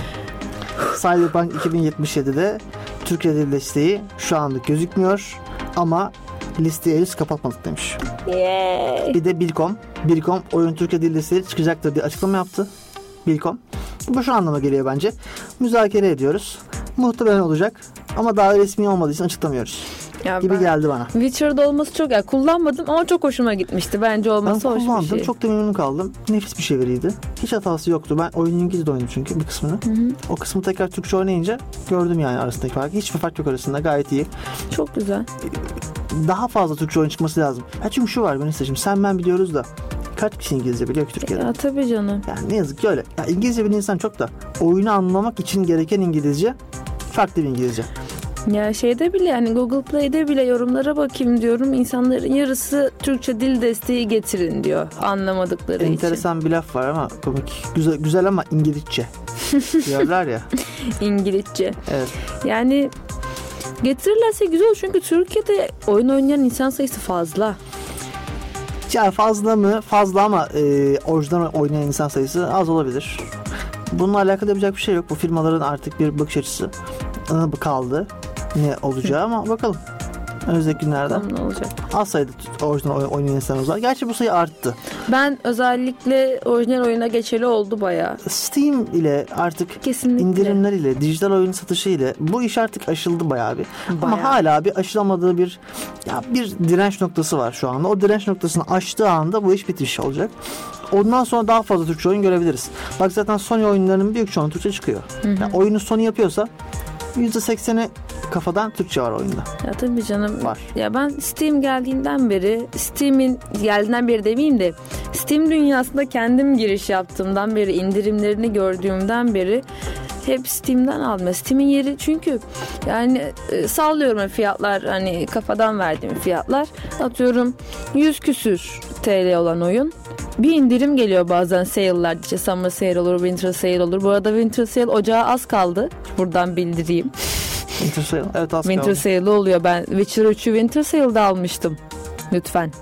Speaker 2: Cyberpunk 2077'de Türkiye'de desteği şu anlık gözükmüyor ama listeyi henüz kapatmadık demiş. Bir de Bilkom. Bilkom oyun Türkiye dil listeleri çıkacaktır diye açıklama yaptı. Bilkom. Bu şu anlama geliyor bence. Müzakere ediyoruz. Muhtemelen olacak ama daha resmi olmadığı için açıklamıyoruz
Speaker 3: Ya
Speaker 2: gibi
Speaker 3: ben-
Speaker 2: geldi bana.
Speaker 3: Witcher'da olması çok ya kullanmadım ama çok hoşuma gitmişti. Bence
Speaker 2: Ben
Speaker 3: olması hoş
Speaker 2: kullandım.
Speaker 3: bir şey.
Speaker 2: Çok da memnun kaldım. Nefis bir çeviriydi. Hiç hatası yoktu. Ben oyunun İngilizce oynadım çünkü bir kısmını. O kısmı tekrar Türkçe oynayınca gördüm yani arasındaki farkı. Hiçbir fark yok arasında. Gayet iyi.
Speaker 3: Çok güzel.
Speaker 2: Daha fazla Türkçe oyun çıkması lazım. Ha çünkü şu var benim seçim. Sen ben biliyoruz da. Kaç kişi İngilizce biliyor ki Türkiye'de?
Speaker 3: Ya tabii canım.
Speaker 2: Yani ne yazık ki öyle. Ya İngilizce bilen insan çok da oyunu anlamak için gereken İngilizce farklı bir İngilizce.
Speaker 3: Ya şeyde bile yani Google Play'de bile yorumlara bakayım diyorum. İnsanların yarısı Türkçe dil desteği getirin diyor anlamadıkları
Speaker 2: Enteresan bir laf var ama komik. Güzel, güzel ama İngilizce. Diyorlar ya.
Speaker 3: için. İngilizce.
Speaker 2: Evet.
Speaker 3: Yani getirirlerse güzel olur çünkü Türkiye'de oyun oynayan insan sayısı fazla.
Speaker 2: Ya fazla mı? Fazla ama e, orijinal oynayan insan sayısı az olabilir. Bununla alakalı yapacak bir şey yok. Bu firmaların artık bir bakış açısı ıı, kaldı. Ne olacağı ama bakalım. Önümüzdeki günlerde
Speaker 3: Bakalım ne olacak.
Speaker 2: az sayıda t- orijinal oy- oynayan insanımız var. Gerçi bu sayı arttı.
Speaker 3: Ben özellikle orijinal oyuna geçeli oldu bayağı.
Speaker 2: Steam ile artık
Speaker 3: Kesinlikle.
Speaker 2: indirimler ile dijital oyun satışı ile bu iş artık aşıldı bayağı bir. Ama
Speaker 3: Bayağı.
Speaker 2: hala bir aşılamadığı bir ya bir direnç noktası var şu anda. O direnç noktasını aştığı anda bu iş bitmiş olacak. Ondan sonra daha fazla Türkçe oyun görebiliriz. Bak zaten Sony oyunlarının büyük çoğunluğu Türkçe çıkıyor. Yani oyunu Sony yapıyorsa %80'i kafadan Türkçe var oyunda.
Speaker 3: Ya tabii canım.
Speaker 2: Var.
Speaker 3: Ya ben Steam geldiğinden beri, Steam'in geldiğinden beri demeyeyim de Steam dünyasında kendim giriş yaptığımdan beri, indirimlerini gördüğümden beri hep Steam'den aldım. Steam'in yeri çünkü yani e, sallıyorum fiyatlar hani kafadan verdiğim fiyatlar. Atıyorum 100 küsür TL olan oyun. Bir indirim geliyor bazen sale'lar. İşte summer sale olur, winter sale olur. Bu arada winter sale ocağa az kaldı. Buradan bildireyim.
Speaker 2: Winter Sale. Evet az
Speaker 3: Winter
Speaker 2: kaldı.
Speaker 3: Sale'lı oluyor. Ben Witcher 3'ü Winter Sale'da almıştım. Lütfen.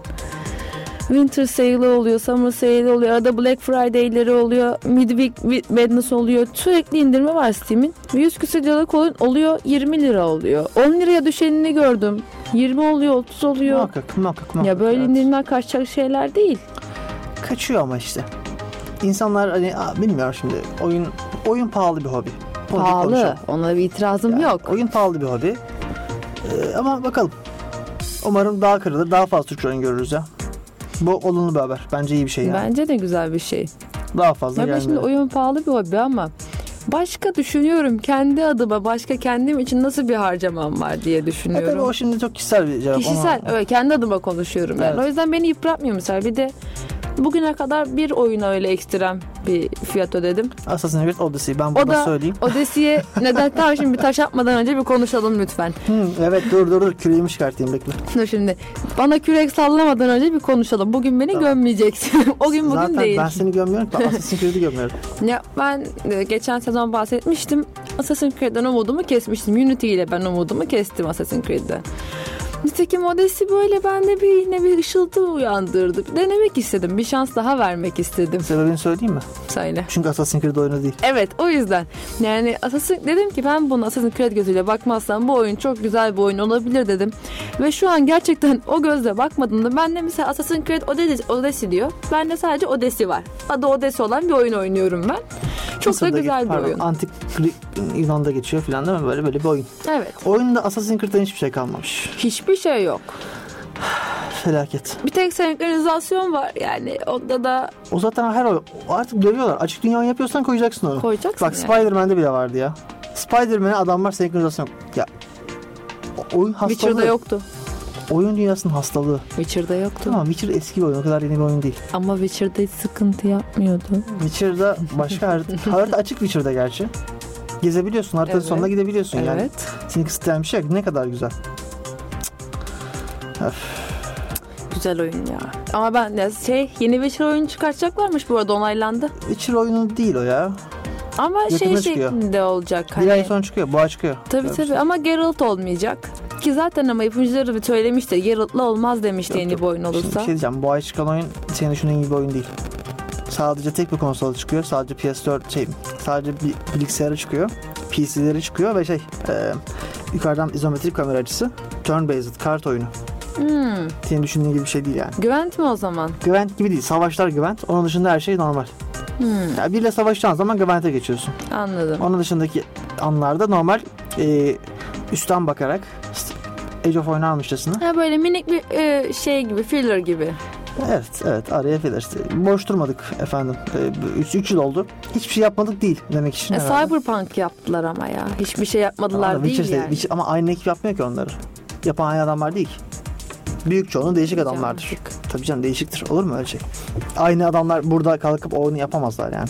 Speaker 3: Winter Sale'ı oluyor, Summer Sale'ı oluyor, arada Black Friday'leri oluyor, Midweek Mid- Madness oluyor. Sürekli indirme var Steam'in. 100 küsur liralık oyun oluyor, 20 lira oluyor. 10 liraya düşenini gördüm. 20 oluyor, 30 oluyor.
Speaker 2: Muhakkak, muhakkak, muhakkak.
Speaker 3: Ya böyle
Speaker 2: evet.
Speaker 3: indirimler kaçacak şeyler değil.
Speaker 2: kaçıyor ama işte. İnsanlar hani aa, bilmiyorum şimdi oyun oyun pahalı bir hobi. Bunu bir konuşalım.
Speaker 3: Pahalı. Ona bir itirazım
Speaker 2: Yani
Speaker 3: yok.
Speaker 2: Oyun pahalı bir hobi. Ee, ama bakalım. Umarım daha kırılır, daha fazla Türkçe oyun görürüz ya. Bu olumlu bir haber. Bence iyi bir şey yani.
Speaker 3: Bence de güzel bir şey.
Speaker 2: Daha fazla
Speaker 3: Ya ben
Speaker 2: gelmeli.
Speaker 3: şimdi oyun pahalı bir hobi ama başka düşünüyorum kendi adıma başka kendim için nasıl bir harcamam var diye
Speaker 2: E tabii
Speaker 3: düşünüyorum.
Speaker 2: o şimdi çok kişisel bir cevap.
Speaker 3: Kişisel
Speaker 2: Ona-
Speaker 3: öyle kendi adıma konuşuyorum yani.
Speaker 2: Evet.
Speaker 3: O yüzden beni yıpratmıyor mesela bir de bugüne kadar bir oyuna öyle ekstrem bir fiyat ödedim.
Speaker 2: Assassin's Creed Odyssey. Ben
Speaker 3: O
Speaker 2: burada
Speaker 3: da
Speaker 2: söyleyeyim.
Speaker 3: Odyssey'e neden tamam şimdi bir taş atmadan önce bir konuşalım lütfen.
Speaker 2: Hı, Hmm, evet dur dur dur. Küreğimi çıkartayım bekle.
Speaker 3: Dur şimdi bana kürek sallamadan önce bir konuşalım. Bugün beni gömmeyeceksin. o gün bugün
Speaker 2: Zaten
Speaker 3: değil.
Speaker 2: ben seni gömüyorum. Ben Assassin's Creed'i gömüyorum.
Speaker 3: Ya ben e, geçen sezon bahsetmiştim. Assassin's Creed'den umudumu kesmiştim. Unity ile ben umudumu kestim Assassin's Creed'den. Nitekim Odyssey böyle bende bir yine bir ışıltı uyandırdı. Bir Denemek istedim. Bir şans daha vermek istedim.
Speaker 2: Sebebini söyleyeyim mi?
Speaker 3: Söyle.
Speaker 2: Çünkü Assassin's Creed oyunu değil.
Speaker 3: Evet o yüzden. Yani Assassin, dedim ki ben bunu Assassin's Creed gözüyle bakmazsam bu oyun çok güzel bir oyun olabilir dedim. Ve şu an gerçekten o gözle bakmadığımda ben de mesela Assassin's Creed Odyssey, Odyssey diyor. Bende sadece Odyssey var. Adı Odyssey olan bir oyun oynuyorum ben. Çok da
Speaker 2: Mısır'da geç-
Speaker 3: güzel bir
Speaker 2: pardon,
Speaker 3: oyun.
Speaker 2: Antik Gri- Yunan'da geçiyor falan değil mi? Böyle böyle bir oyun.
Speaker 3: Evet.
Speaker 2: Oyunda Assassin's Creed'den hiçbir şey kalmamış.
Speaker 3: Hiçbir şey yok.
Speaker 2: Felaket.
Speaker 3: Bir tek senkronizasyon var yani. Onda da
Speaker 2: O zaten her oy- artık dövüyorlar. Açık dünya oyun yapıyorsan koyacaksın onu.
Speaker 3: Koyacaksın
Speaker 2: Bak
Speaker 3: yani.
Speaker 2: Spider-Man'de bile vardı ya. Spider-Man'e adamlar senkronizasyon yok. Ya o- oyun hastalığı.
Speaker 3: Witcher'da yoktu.
Speaker 2: Oyun dünyasının hastalığı.
Speaker 3: Witcher'da yoktu.
Speaker 2: Tamam Witcher eski bir oyun. O kadar yeni bir oyun değil.
Speaker 3: Ama Witcher'da hiç sıkıntı yapmıyordu.
Speaker 2: Witcher'da başka harita. harita açık Witcher'da gerçi. Gezebiliyorsun. Haritanın
Speaker 3: Evet.
Speaker 2: sonuna gidebiliyorsun yani.
Speaker 3: Evet.
Speaker 2: Seni kısıtlayan bir şey yok. Ne kadar güzel.
Speaker 3: Güzel oyun ya. Ama ben ya şey yeni Witcher oyunu çıkartacaklarmış bu arada onaylandı.
Speaker 2: Witcher oyunu değil o ya.
Speaker 3: Ama şey
Speaker 2: Yakında çıkıyor.
Speaker 3: şeklinde olacak.
Speaker 2: Bir ay
Speaker 3: hani.
Speaker 2: sonra çıkıyor. Boğa çıkıyor. şey.
Speaker 3: Tabii tabii ama Geralt olmayacak. Ki zaten ama yapımcıları bir söylemişti. Geralt'la olmaz demişti
Speaker 2: Yok,
Speaker 3: yeni
Speaker 2: yok.
Speaker 3: bir oyun
Speaker 2: Şimdi bir
Speaker 3: olursa.
Speaker 2: şey diyeceğim. Bu ay çıkan oyun senin düşündüğün gibi oyun değil. Sadece tek bir konsola çıkıyor. Sadece PS4 şey, sadece bir bilgisayara çıkıyor. PC'lere çıkıyor ve şey e, yukarıdan izometrik kamera açısı turn based kart oyunu.
Speaker 3: Hmm.
Speaker 2: Senin düşündüğün gibi bir şey değil yani.
Speaker 3: Güvent mi o zaman?
Speaker 2: Güvent gibi değil. Savaşlar güvent. Onun dışında her şey normal.
Speaker 3: Hmm.
Speaker 2: Yani biriyle savaşacağın zaman güvente geçiyorsun.
Speaker 3: Anladım.
Speaker 2: Onun dışındaki anlarda normal e, üstten bakarak işte Age of oynarmışçasına.
Speaker 3: Ha böyle minik bir e, şey gibi filler gibi.
Speaker 2: Evet evet araya filler. Boş durmadık efendim. Ee, 3 yıl oldu. Hiçbir şey yapmadık değil demek için.
Speaker 3: E,
Speaker 2: herhalde.
Speaker 3: cyberpunk yaptılar ama ya. Hiçbir şey yapmadılar
Speaker 2: Ama
Speaker 3: değil
Speaker 2: Witcher
Speaker 3: yani.
Speaker 2: Witcher- ama aynı ekip yapmıyor ki onları. Yapan aynı adamlar değil. ki. Büyük çoğunluğu değişik
Speaker 3: Canım
Speaker 2: adamlardır.
Speaker 3: sık.
Speaker 2: Tabii canım değişiktir. Olur mu öyle şey? Aynı adamlar burada kalkıp oyunu yapamazlar yani.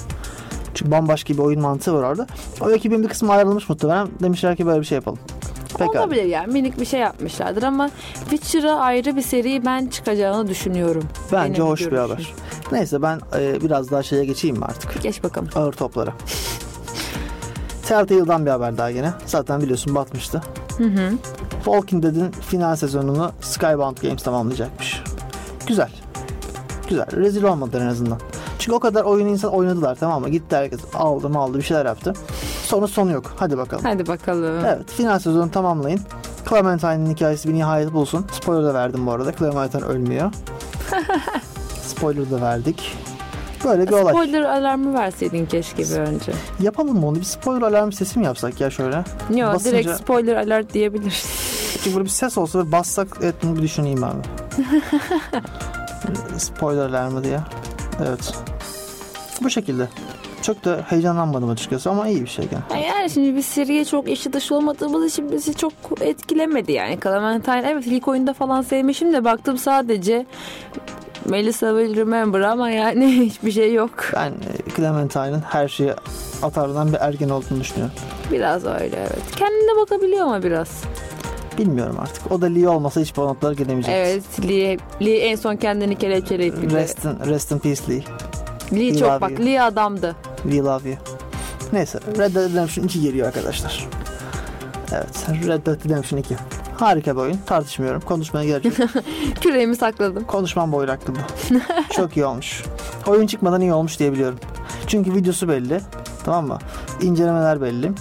Speaker 2: Çünkü bambaşka bir oyun mantığı var orada. O ekibin bir kısmı ayrılmış muhtemelen. Demişler ki böyle bir şey yapalım. Pekala.
Speaker 3: Olabilir yani minik bir şey yapmışlardır ama Witcher'a ayrı bir seri ben çıkacağını düşünüyorum.
Speaker 2: Bence
Speaker 3: Benim
Speaker 2: hoş bir
Speaker 3: görüşüm.
Speaker 2: haber. Neyse ben e, biraz daha şeye geçeyim mi artık?
Speaker 3: Geç bakalım.
Speaker 2: Ağır toplara. Telltale'dan bir haber daha yine. Zaten biliyorsun batmıştı.
Speaker 3: Hı hı.
Speaker 2: Walking Dead'in final sezonunu Skybound Games tamamlayacakmış. Güzel. Güzel. Rezil olmadılar en azından. Çünkü o kadar oyunu insan oynadılar tamam mı? Gitti herkes aldı mı aldı bir şeyler yaptı. Sonra sonu yok. Hadi bakalım.
Speaker 3: Hadi bakalım.
Speaker 2: Evet final sezonu tamamlayın. Clementine'in hikayesi bir nihayet bulsun. Spoiler da verdim bu arada. Clementine ölmüyor. Spoiler da verdik. Böyle bir olay.
Speaker 3: Spoiler alarmı verseydin keşke bir önce.
Speaker 2: Yapalım mı onu? Bir spoiler alarm sesi mi yapsak ya şöyle?
Speaker 3: Yok
Speaker 2: Basınca-
Speaker 3: direkt spoiler alert diyebilirsin.
Speaker 2: Çünkü böyle bir ses olsa ve bassak evet bunu bir düşüneyim abi. spoiler alarmı diye. Evet. Bu şekilde. Çok da heyecanlanmadım açıkçası ama iyi bir şey gene.
Speaker 3: Yani şimdi biz seriye çok işi dışı olmadığımız için bizi çok etkilemedi yani. Clementine evet ilk oyunda falan sevmişim de baktım sadece Melissa will remember ama yani hiçbir şey yok.
Speaker 2: Ben e, Clementine'ın her şeye atarlanan bir ergen olduğunu düşünüyorum.
Speaker 3: Biraz öyle evet. Kendine bakabiliyor ama biraz.
Speaker 2: Bilmiyorum artık. O da Lee olmasa hiç bu notlara gelemeyecekti.
Speaker 3: Evet Lee, Lee en son kendini kelepçeleyip bir de.
Speaker 2: Rest in, rest in peace Lee.
Speaker 3: Lee
Speaker 2: Lee
Speaker 3: çok
Speaker 2: abi.
Speaker 3: bak Lee adamdı.
Speaker 2: We love you. Neyse Red Dead Redemption 2 geliyor arkadaşlar. Evet Red Dead Redemption 2. Harika bir oyun. Tartışmıyorum. Konuşmaya gerek yok.
Speaker 3: Küreğimi sakladım.
Speaker 2: Konuşmam boyraklı bu. Çok iyi olmuş. Oyun çıkmadan iyi olmuş diyebiliyorum. Çünkü videosu belli. Tamam mı? İncelemeler belli.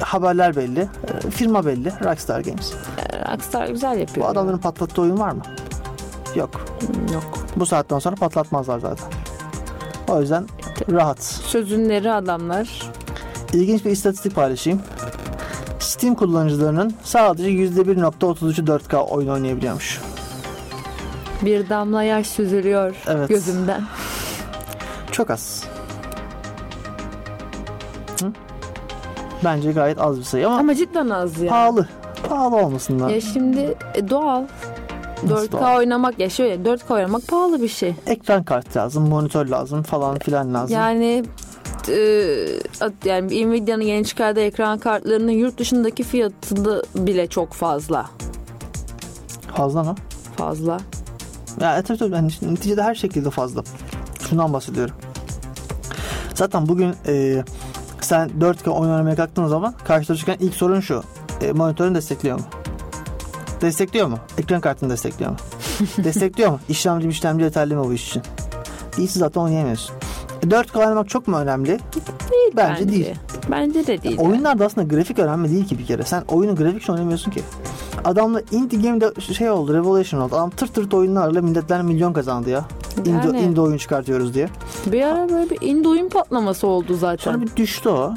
Speaker 2: Haberler belli. e, Firma belli. Rockstar Games.
Speaker 3: Ee, Rockstar güzel yapıyor. Hmm.
Speaker 2: Bu adamların patlattığı oyun var mı? Yok.
Speaker 3: yok.
Speaker 2: Bu saatten sonra patlatmazlar zaten. O yüzden rahat.
Speaker 3: Sözünleri adamlar.
Speaker 2: İlginç bir istatistik paylaşayım. Steam kullanıcılarının sadece %1.33'ü 4K oyun oynayabiliyormuş.
Speaker 3: Bir damla yaş süzülüyor
Speaker 2: Evet.
Speaker 3: gözümden.
Speaker 2: Çok az. Hı? Bence gayet az bir sayı ama,
Speaker 3: Ama cidden az ya.
Speaker 2: pahalı. Pahalı olmasından.
Speaker 3: Ya şimdi e, doğal.
Speaker 2: Nasıl
Speaker 3: 4K
Speaker 2: doğal?
Speaker 3: oynamak ya şöyle 4K oynamak pahalı bir şey.
Speaker 2: Ekran kartı lazım, monitör lazım falan filan lazım.
Speaker 3: Yani e, at- yani Nvidia'nın yeni çıkardığı ekran kartlarının yurt dışındaki fiyatı da bile çok fazla.
Speaker 2: Fazla mı?
Speaker 3: Fazla.
Speaker 2: Ya e, tabii tabii yani şimdi neticede her şekilde fazla. Şundan bahsediyorum. Zaten bugün e, sen 4K oyun oynamaya kalktığın zaman karşına çıkan ilk sorun şu. E, monitörün destekliyor mu? Destekliyor mu? Ekran kartını destekliyor mu? destekliyor mu? İşlemci işlemci yeterli mi bu iş için? Değilse zaten oynayamıyorsun. E, 4K oynamak çok mu önemli?
Speaker 3: Değil
Speaker 2: Bence değil.
Speaker 3: Bence de değil.
Speaker 2: Oyunlarda aslında grafik önemli değil ki bir kere. Sen oyunu grafik için oynamıyorsun ki. Adamla indie game'de şey oldu, revolution oldu. Adam tır tırt oyunlarla milletler milyon kazandı ya.
Speaker 3: Yani.
Speaker 2: Indie, indie oyun çıkartıyoruz diye.
Speaker 3: Bir ara böyle bir indie oyun patlaması oldu zaten.
Speaker 2: Sonra bir düştü o.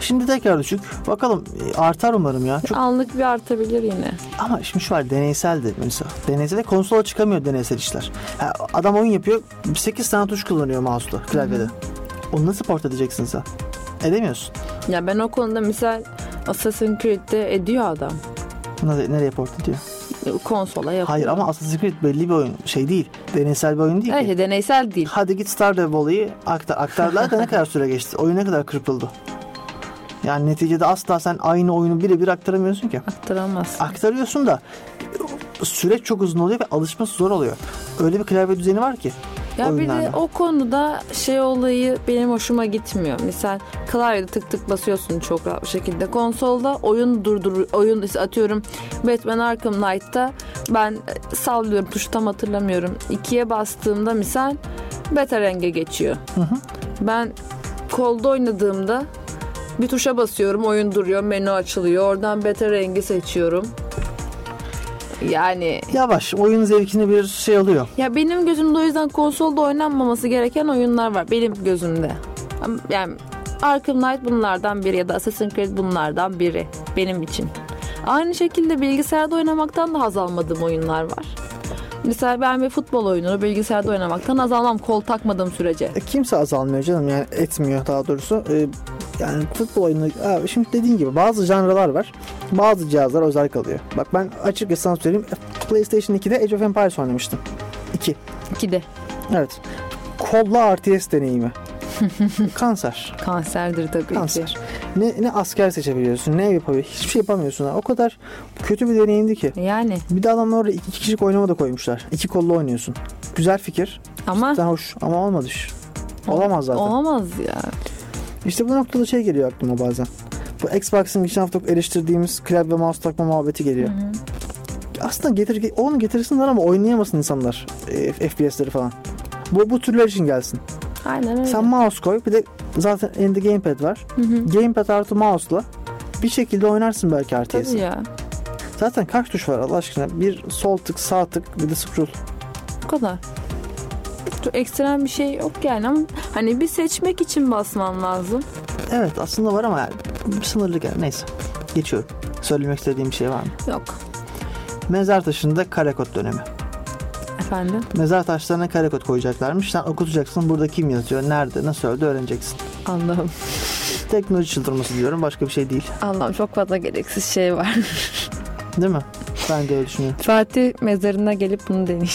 Speaker 2: Şimdi tekrar düşük. Bakalım e, artar umarım ya. Çok,
Speaker 3: Anlık bir artabilir yine.
Speaker 2: ama şimdi şu var deneyseldi mesela. Deneyselde konsola çıkamıyor deneysel işler. Ha, adam oyun yapıyor. 8 tane tuş kullanıyor mouse'la klavyede. Onu nasıl port edeceksin sen? Edemiyorsun.
Speaker 3: Ya ben o konuda misal Assassin's Creed'de ediyor adam.
Speaker 2: Nereye, nereye port ediyor?
Speaker 3: Konsola yapıyor.
Speaker 2: Hayır ama Assassin's Creed belli bir oyun. Şey değil. Deneysel bir oyun değil ki.
Speaker 3: Neyse deneysel değil.
Speaker 2: Hadi git Stardew Valley'i aktar. Aktarlar da ne kadar süre geçti? Oyun ne kadar kırpıldı? Yani neticede asla sen aynı oyunu birebir aktaramıyorsun ki.
Speaker 3: Aktaramazsın.
Speaker 2: Aktarıyorsun da süreç çok uzun oluyor ve alışması zor oluyor. Öyle bir klavye düzeni var ki.
Speaker 3: Ya bir de
Speaker 2: oyunlarda.
Speaker 3: o konuda şey olayı benim hoşuma gitmiyor. Misal klavyede tık tık basıyorsun çok rahat bir şekilde. Konsolda oyun durdur oyun işte atıyorum Batman Arkham Knight'ta ben e, sallıyorum tuşu tam hatırlamıyorum. İkiye bastığımda misal beta renge geçiyor. Ben kolda oynadığımda bir tuşa basıyorum oyun duruyor menü açılıyor. Oradan beta rengi seçiyorum. Yani
Speaker 2: Yavaş oyun zevkini bir şey alıyor.
Speaker 3: ya benim gözümde o yüzden konsolda oynanmaması gereken oyunlar var benim gözümde. Yani Arkham Knight bunlardan biri ya da Assassin's Creed bunlardan biri benim için. Aynı şekilde bilgisayarda oynamaktan da haz almadığım oyunlar var. Mesela ben bir futbol oyununu bilgisayarda oynamaktan haz almam kol takmadığım sürece.
Speaker 2: E, kimse azalmıyor canım yani etmiyor daha doğrusu. E, yani futbol oyunu Abi şimdi dediğin gibi bazı janralar var. Bazı cihazlar özel kalıyor. Bak ben açıkçası sana söyleyeyim. PlayStation 2'de Age of Empires oynamıştım. 2.
Speaker 3: İki de
Speaker 2: Evet. Kolla RTS deneyimi. Kanser.
Speaker 3: kanserdir tabii ki.
Speaker 2: Kanser. Ne, ne asker seçebiliyorsun, ne yapabiliyorsun, hiçbir şey yapamıyorsun. ha. O kadar kötü bir deneyimdi ki.
Speaker 3: Yani
Speaker 2: Bir de adamlar oraya iki kişilik oynama da koymuşlar. İki kolla oynuyorsun. Güzel fikir.
Speaker 3: ama
Speaker 2: Sen hoş ama olmadı iş. Olamaz zaten.
Speaker 3: olamaz ya.
Speaker 2: İşte bu noktada şey geliyor aklıma bazen. Bu Xbox'ın geçen hafta eleştirdiğimiz klavye ve mouse takma muhabbeti geliyor. Aslında getir, onu getirsinler ama oynayamasın insanlar e, FPS'leri falan. Bu, bu türler için gelsin.
Speaker 3: Aynen öyle.
Speaker 2: Sen mouse koy bir de zaten elinde gamepad var.
Speaker 3: Hı hı.
Speaker 2: Gamepad artı mouse'la bir şekilde oynarsın belki
Speaker 3: Tabii
Speaker 2: RTS'i.
Speaker 3: ya.
Speaker 2: Zaten kaç tuş var Allah aşkına? Bir sol tık, sağ tık, bir de scroll.
Speaker 3: Bu kadar. Çok ekstrem bir şey yok yani ama hani bir seçmek için basman lazım.
Speaker 2: Evet aslında var ama yani sınırlı gel. Neyse. Geçiyorum. Söylemek istediğim bir şey var mı?
Speaker 3: Yok
Speaker 2: Mezar taşında karakot dönemi.
Speaker 3: efendim.
Speaker 2: Mezar taşlarına karakot koyacaklarmış. Sen okutacaksın burada kim yazıyor, nerede, nasıl öldü öğreneceksin.
Speaker 3: Allah'ım.
Speaker 2: Teknoloji çıldırması diyorum başka bir şey değil.
Speaker 3: Allah'ım çok fazla gereksiz şey var.
Speaker 2: Değil mi? Ben de öyle düşünüyorum.
Speaker 3: Fatih mezarına gelip bunu deneyim.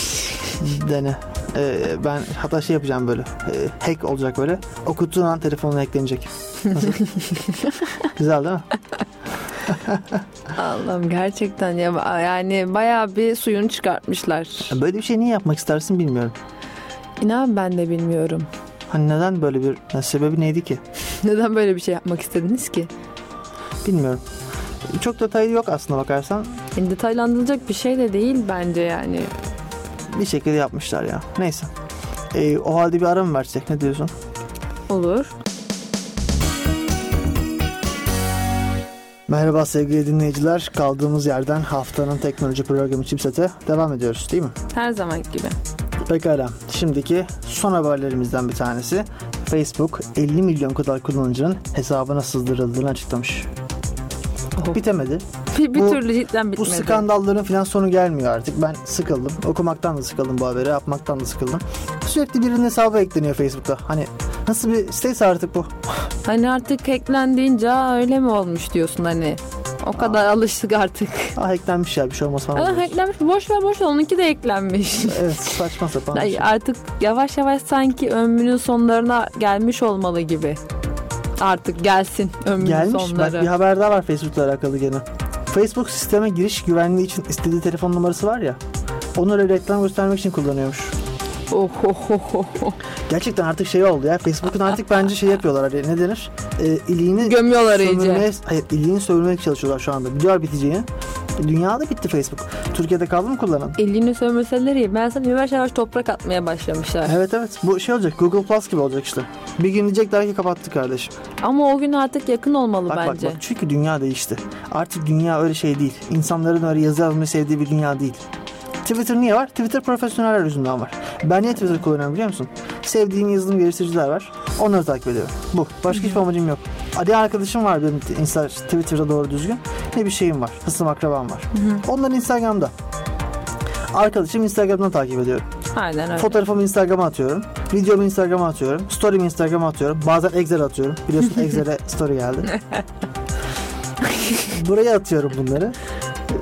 Speaker 2: Dene. Ee, ben hatta şey yapacağım böyle. Ee, hack olacak böyle. Okuttuğun an telefonuna hacklenecek. Nasıl? Güzel değil mi?
Speaker 3: Allah'ım gerçekten ya yani bayağı bir suyunu çıkartmışlar.
Speaker 2: Ya Böyle bir şey niye yapmak istersin bilmiyorum.
Speaker 3: İnan ben de bilmiyorum.
Speaker 2: Hani neden böyle bir ya sebebi neydi ki?
Speaker 3: Neden böyle bir şey yapmak istediniz ki?
Speaker 2: Bilmiyorum. Çok detayı yok aslında bakarsan.
Speaker 3: Yani Hani detaylandırılacak bir şey de değil bence yani.
Speaker 2: Bir şekilde yapmışlar ya. Neyse. Ee, o halde bir ara mı versek ne diyorsun?
Speaker 3: Olur.
Speaker 2: Merhaba sevgili dinleyiciler. Kaldığımız yerden haftanın teknoloji programı Chipset'e devam ediyoruz değil mi?
Speaker 3: Her zaman gibi.
Speaker 2: Pekala. Şimdiki son haberlerimizden bir tanesi. Facebook 50 milyon kadar kullanıcının hesabına sızdırıldığını açıklamış.
Speaker 3: Oh.
Speaker 2: Bitemedi.
Speaker 3: Bir, bir
Speaker 2: Bu-
Speaker 3: türlü cidden
Speaker 2: Bu
Speaker 3: bitmedi.
Speaker 2: skandalların filan sonu gelmiyor artık. Ben sıkıldım. Okumaktan da sıkıldım bu haberi. Yapmaktan da sıkıldım. Sürekli birinin hesabı ekleniyor Facebook'ta. Hani nasıl bir siteyse artık bu.
Speaker 3: Hani artık hacklendiğince "Aa, öyle mi olmuş diyorsun hani. O kadar alıştık artık.
Speaker 2: Ah hacklenmiş ya bir şey olmaz falan.
Speaker 3: Aa,
Speaker 2: diyoruz.
Speaker 3: hacklenmiş. Boş ver boş ver. Onunki de hacklenmiş.
Speaker 2: Evet saçma sapan. bir
Speaker 3: Ay,
Speaker 2: şey.
Speaker 3: artık yavaş yavaş sanki ömrünün sonlarına gelmiş olmalı gibi. Artık gelsin ömrünün
Speaker 2: Gelmiş. Bak
Speaker 3: sonları.
Speaker 2: bir haber daha var Facebook'la alakalı gene. Facebook sisteme giriş güvenliği için istediği telefon numarası var ya. Onu öyle reklam göstermek için kullanıyormuş.
Speaker 3: Oh, oh, oh, oh, oh.
Speaker 2: Gerçekten artık şey oldu ya. Facebook'un artık bence şey yapıyorlar. Hani ne denir? Ee, iliğini
Speaker 3: Gömüyorlar iyice.
Speaker 2: sömürmeye- Hayır iliğini sömürmek çalışıyorlar şu anda. Biliyor biteceğini. Dünyada bitti Facebook. Türkiye'de kaldı mı kullanan?
Speaker 3: Elini sömürseler iyi. Ben sana yavaş yavaş toprak atmaya başlamışlar.
Speaker 2: Evet evet. Bu şey olacak. Google Plus gibi olacak işte. Bir gün diyecekler ki kapattık kardeşim.
Speaker 3: Ama o gün artık yakın olmalı
Speaker 2: Bak
Speaker 3: bence.
Speaker 2: bak bak. Çünkü dünya değişti. Artık dünya öyle şey değil. İnsanların öyle yazı yazmayı sevdiği bir dünya değil. Twitter niye var? Twitter profesyoneller yüzünden var. Ben niye Twitter kullanıyorum biliyor musun? Sevdiğim yazılım geliştiriciler var. Onları takip ediyorum. Bu. Başka hiçbir amacım yok. Adi arkadaşım var benim t- Insta, Twitter'da doğru düzgün. Ne bir şeyim var. Hısım akrabam var. Onlar Instagram'da. Arkadaşım Instagram'dan takip ediyorum.
Speaker 3: Aynen öyle.
Speaker 2: Fotoğrafımı Instagram'a atıyorum. Videomu Instagram'a atıyorum. Story'mi Instagram'a atıyorum. Bazen Excel atıyorum. Biliyorsun Excel'e story geldi. Buraya atıyorum bunları.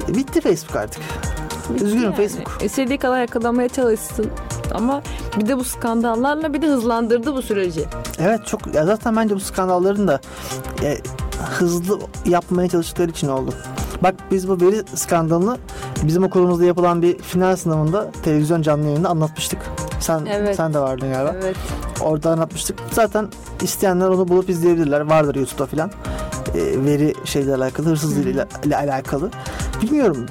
Speaker 2: Bitti Facebook artık. Üzgünüm
Speaker 3: Yani
Speaker 2: Facebook.
Speaker 3: İstediği kadar yakalamaya çalışsın. Ama bir de bu skandallarla bir de hızlandırdı bu süreci.
Speaker 2: Evet çok ya zaten bence bu skandalların da e, hızlı yapmaya çalıştıkları için oldu. Bak biz bu veri skandalını bizim okulumuzda yapılan bir final sınavında televizyon canlı yayında anlatmıştık. Sen
Speaker 3: Evet.
Speaker 2: sen de vardın galiba.
Speaker 3: Evet.
Speaker 2: Orada anlatmıştık. Zaten isteyenler onu bulup izleyebilirler. Vardır YouTube'da filan. Ee, veri şeyle alakalı, hırsızlığıyla ile alakalı. Bilmiyorum.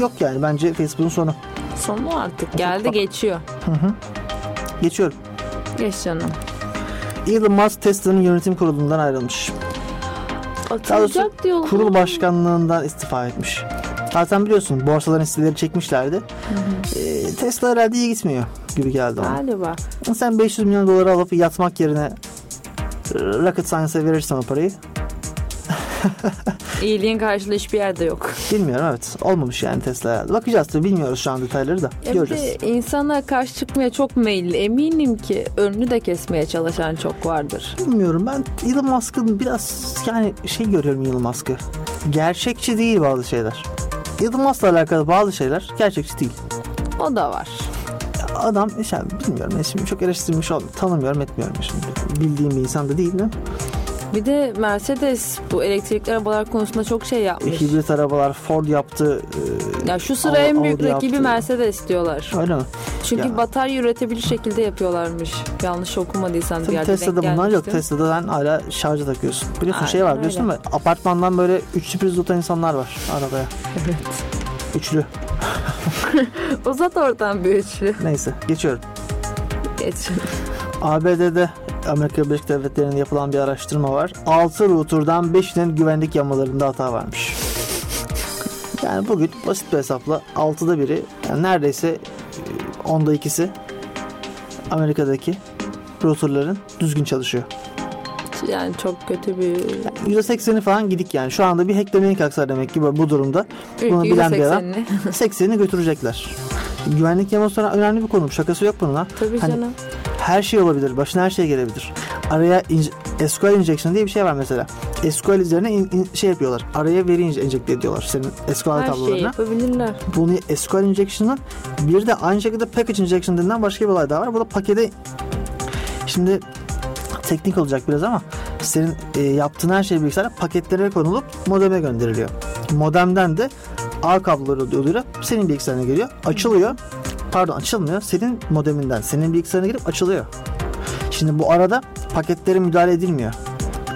Speaker 2: Yok yani bence Facebook'un sonu.
Speaker 3: Sonu artık geldi geçiyor.
Speaker 2: Geçiyorum.
Speaker 3: Geç canım.
Speaker 2: Elon Musk Tesla'nın yönetim kurulundan ayrılmış.
Speaker 3: Atılacak diyorlar.
Speaker 2: Kurul başkanlığından istifa etmiş. Zaten biliyorsun borsaların hisseleri çekmişlerdi. Ee, Tesla herhalde iyi gitmiyor gibi geldi ona.
Speaker 3: Galiba.
Speaker 2: Sen 500 milyon doları alıp yatmak yerine e, Rocket Science'e verirsen o parayı.
Speaker 3: İyiliğin karşılığı hiçbir yerde yok.
Speaker 2: Bilmiyorum evet. Olmamış yani Tesla herhalde. Bakacağız tabii bilmiyoruz şu an detayları da.
Speaker 3: Ya E bir
Speaker 2: Göreceğiz.
Speaker 3: de insanlar karşı çıkmaya çok meyilli. Eminim ki önünü de kesmeye çalışan çok vardır.
Speaker 2: Bilmiyorum ben Elon Musk'ın biraz yani şey görüyorum Elon Musk'ı. Gerçekçi değil bazı şeyler. Elon Musk'la alakalı bazı şeyler gerçekçi değil.
Speaker 3: O da var.
Speaker 2: Adam işte bilmiyorum ben şimdi çok eleştirilmiş ol tanımıyorum etmiyorum şimdi. Bildiğim bir insan da değil mi?
Speaker 3: Bir de Mercedes bu elektrikli arabalar konusunda çok şey
Speaker 2: E,
Speaker 3: yapmış.
Speaker 2: Hibrit arabalar Ford yaptı. e,
Speaker 3: Ya şu sıra
Speaker 2: Al-
Speaker 3: en büyük
Speaker 2: Audi
Speaker 3: rakibi
Speaker 2: yaptı.
Speaker 3: Mercedes diyorlar.
Speaker 2: e, öyle mi?
Speaker 3: Çünkü
Speaker 2: Ya.
Speaker 3: batarya üretebilir şekilde yapıyorlarmış. Yanlış okumadıysam bir
Speaker 2: Tabii
Speaker 3: yerde
Speaker 2: Tesla'da
Speaker 3: denk
Speaker 2: bunlar yok.
Speaker 3: gelmiştim.
Speaker 2: Tesla'da sen hala şarja takıyorsun. Biliyorsun şey
Speaker 3: Aynen
Speaker 2: var biliyorsun
Speaker 3: öyle.
Speaker 2: değil mi? Apartmandan böyle üçlü priz tutan insanlar var arabaya.
Speaker 3: Evet.
Speaker 2: Üçlü.
Speaker 3: Uzat oradan bir şey. üçlü.
Speaker 2: Neyse geçiyorum.
Speaker 3: Geç.
Speaker 2: ABD'de Amerika Birleşik Devletleri'nde yapılan bir araştırma var. 6 router'dan 5'inin güvenlik yamalarında hata varmış. Yani bugün basit bir hesapla 6'da biri yani neredeyse e, 10'da ikisi Amerika'daki router'ların düzgün çalışıyor.
Speaker 3: Yani çok kötü bir...
Speaker 2: %80'i falan gidik yani. Şu anda bir hacklemeye kalksa demek ki bu bu durumda bunu
Speaker 3: Ülkeyi
Speaker 2: bilen bir adam
Speaker 3: 80'li.
Speaker 2: 80'ini götürecekler. Güvenlik yaması sonra önemli bir konu. Şakası yok bunun ha.
Speaker 3: Tabii
Speaker 2: Hani
Speaker 3: canım.
Speaker 2: her şey olabilir. Başına her şey gelebilir. Araya inj- SQL injection diye bir şey var mesela. SQL üzerine in- in- şey yapıyorlar. Araya veri inj- enjekte ediyorlar senin SQL
Speaker 3: Her şeyi
Speaker 2: tablolarına.
Speaker 3: yapabilirler.
Speaker 2: Bunu SQL injection'ın bir de aynı şekilde package injection denilen başka bir olay daha var. Bu da pakete şimdi teknik olacak biraz ama senin e, yaptığın her şey bilgisayara paketlere konulup modeme gönderiliyor. Modemden de ağ kabloları yoluyla senin bilgisayarına geliyor. Açılıyor. Pardon açılmıyor. Senin modeminden senin bilgisayarına girip açılıyor. Şimdi bu arada paketlere müdahale edilmiyor.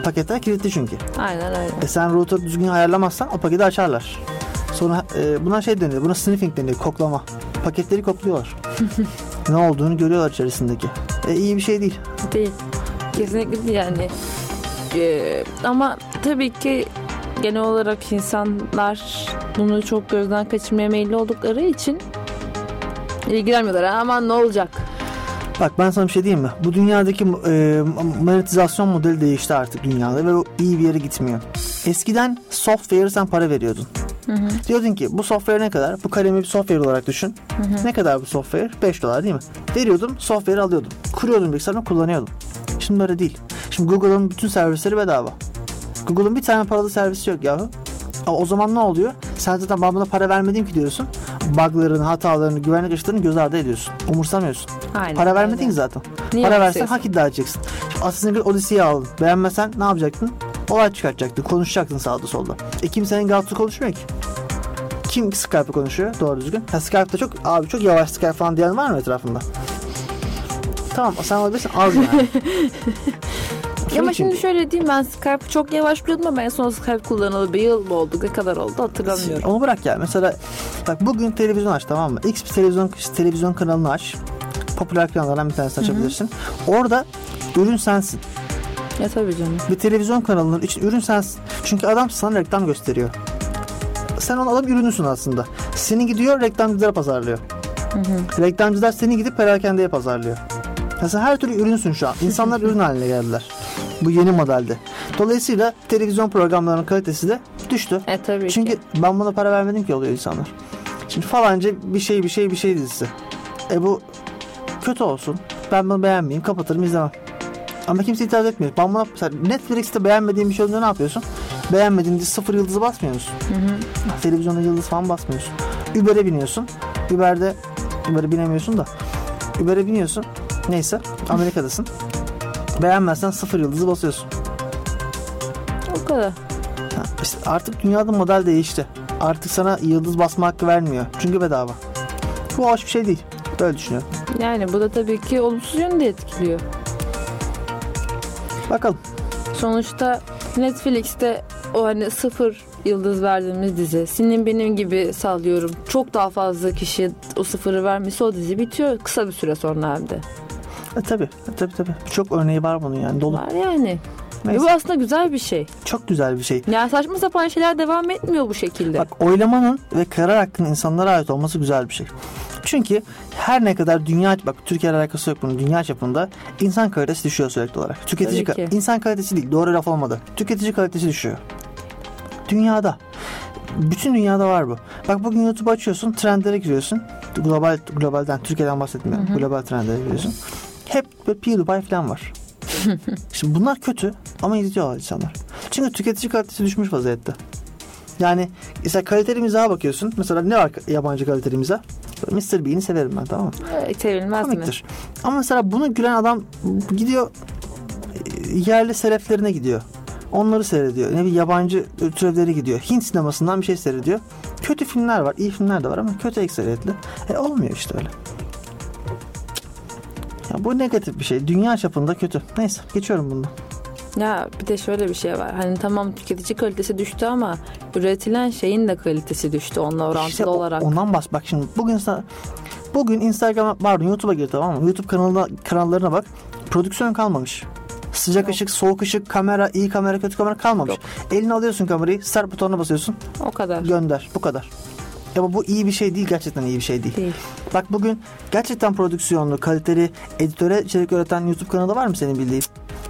Speaker 2: Paketler kilitli çünkü.
Speaker 3: Aynen öyle.
Speaker 2: E sen router düzgün ayarlamazsan o paketi açarlar. Sonra e, buna şey deniyor. Buna sniffing deniyor. Koklama. Paketleri kokluyorlar. ne olduğunu görüyorlar içerisindeki. E, iyi bir şey değil.
Speaker 3: Değil. Kesinlikle değil yani. Ee, ama tabii ki genel olarak insanlar bunu çok gözden kaçırmaya meyilli oldukları için ilgilenmiyorlar. Aman ne olacak?
Speaker 2: Bak ben sana bir şey diyeyim mi? Bu dünyadaki e, monetizasyon modeli değişti artık dünyada ve o iyi bir yere gitmiyor. Eskiden software sen para veriyordun. Diyordun ki bu software ne kadar? Bu kalemi bir software olarak düşün. Ne kadar bu software? 5 dolar değil mi? Veriyordum, software'i alıyordum. Kuruyordum bilgisayarımı kullanıyordum. Şimdi böyle değil. Şimdi Google'ın bütün servisleri bedava. Google'ın bir tane paralı servisi yok yahu. Ama o zaman ne oluyor? Sen zaten ben buna para vermedim ki diyorsun. Bug'larını, hatalarını, güvenlik açıklarını göz ardı ediyorsun. Umursamıyorsun.
Speaker 3: Aynen
Speaker 2: Para
Speaker 3: öyle.
Speaker 2: vermedin ki zaten.
Speaker 3: Niye
Speaker 2: Para versen
Speaker 3: yapıyorsun?
Speaker 2: hak iddia edeceksin. Şimdi Assassin's Creed Odyssey'yi aldın. Beğenmesen ne yapacaktın? Olay çıkartacaktın. Konuşacaktın sağda solda. E kimsenin Galatasaray konuşmuyor ki. Kim Skype'ı konuşuyor doğru düzgün? Ha, Skype'da çok abi çok yavaş Skype falan diyen var mı etrafında? Tamam sen olabilirsin az yani.
Speaker 3: Ama
Speaker 2: Çünkü-
Speaker 3: şimdi şöyle diyeyim ben Skype'ı çok yavaş biliyordum ama en son Skype kullanalı bir yıl mı oldu ne kadar oldu hatırlamıyorum.
Speaker 2: Onu bırak ya. Mesela bak bugün televizyon aç tamam mı? X bir televizyon televizyon kanalını aç. Popüler kanallardan bir tanesini açabilirsin. Orada ürün sensin.
Speaker 3: Ya tabii canım.
Speaker 2: Bir televizyon kanalının için ürün sensin. Çünkü adam sana reklam gösteriyor. Sen onun adam ürünüsün aslında. Seni gidiyor reklamcılara pazarlıyor. Reklamcılar seni gidip perakendeye pazarlıyor. Mesela her türlü ürünsün şu an. İnsanlar ürün haline geldiler. Bu yeni modelde. Dolayısıyla televizyon programlarının kalitesi de düştü.
Speaker 3: E tabii
Speaker 2: Çünkü
Speaker 3: ki.
Speaker 2: ben buna para vermedim ki oluyor insanlar. Şimdi falanca bir şey bir şey bir şey dizisi. E bu kötü olsun. Ben bunu beğenmeyeyim kapatırım izlemem. Ama kimse itiraz etmiyor. Ben buna mesela Netflix'te beğenmediğin bir şey olduğunda ne yapıyorsun? Beğenmediğin dizi sıfır yıldızı basmıyor musun? Televizyonda yıldız falan basmıyorsun. Uber'e biniyorsun. Uber'de Uber'e binemiyorsun da. Uber'e biniyorsun. Neyse Amerika'dasın. Beğenmezsen sıfır yıldızı basıyorsun.
Speaker 3: O kadar.
Speaker 2: Ha, işte artık dünyada model değişti. Artık sana yıldız basma hakkı vermiyor. Çünkü bedava. Bu hoş bir şey değil. Böyle düşünüyorum.
Speaker 3: Yani bu da tabii ki olumsuz yönde etkiliyor.
Speaker 2: Bakalım.
Speaker 3: Sonuçta Netflix'te o hani sıfır yıldız verdiğimiz dizi. Senin benim gibi sallıyorum. Çok daha fazla kişi o sıfırı vermesi o dizi bitiyor kısa bir süre sonra hem de.
Speaker 2: E, tabii. E, tabii tabii. Çok örneği var bunun yani. Dolu.
Speaker 3: Var yani. Ve bu
Speaker 2: Neyse.
Speaker 3: aslında güzel bir şey.
Speaker 2: Çok güzel bir şey.
Speaker 3: Yani saçma sapan şeyler devam etmiyor bu şekilde.
Speaker 2: Bak oylamanın ve karar hakkının insanlara ait olması güzel bir şey. Çünkü her ne kadar dünya bak Türkiye alakası yok bunun dünya çapında insan kalitesi düşüyor sürekli olarak. Tüketici
Speaker 3: Tabii ki.
Speaker 2: ka- insan kalitesi değil doğru laf olmadı. Tüketici kalitesi düşüyor. Dünyada. Bütün dünyada var bu. Bak bugün YouTube açıyorsun, trendlere giriyorsun. Global globalden, Türkiye'den bahsetmiyorum. Global trendlere giriyorsun. Hep böyle PewDiePie falan var. Şimdi bunlar kötü ama izliyorlar insanlar. Çünkü tüketici kalitesi düşmüş vaziyette. Yani mesela kaliteli mizaha bakıyorsun. Mesela ne var yabancı kaliteli mizah? Mr. Bean'i severim ben tamam mı?
Speaker 3: Ee, Sevilmez mi?
Speaker 2: Komiktir. Ama mesela bunu gülen adam gidiyor e, yerli seleflerine gidiyor. Onları seyrediyor. Ne bileyim yabancı türevleri gidiyor. Hint sinemasından bir şey seyrediyor. Kötü filmler var. iyi filmler de var ama kötü ekseriyetli. E olmuyor işte öyle. Ya bu negatif bir şey. Dünya çapında kötü. Neyse geçiyorum bundan.
Speaker 3: Ya bir de şöyle bir şey var. Hani tamam tüketici kalitesi düştü ama üretilen şeyin de kalitesi düştü onunla orantılı
Speaker 2: İşte o-
Speaker 3: olarak.
Speaker 2: Ondan bas. Bak şimdi bugün sana bugün Instagram'a pardon YouTube'a gir tamam mı? YouTube kanalına kanallarına bak. Prodüksiyon kalmamış. Sıcak ışık, soğuk ışık, kamera, iyi kamera, kötü kamera kalmamış. Eline alıyorsun kamerayı, start butonuna basıyorsun,
Speaker 3: O kadar.
Speaker 2: gönder. Bu kadar. Ya bu iyi bir şey değil, gerçekten iyi bir şey değil.
Speaker 3: Değil.
Speaker 2: Bak bugün gerçekten prodüksiyonlu, kaliteli, editöre içerik üreten YouTube kanalı var mı senin bildiğin?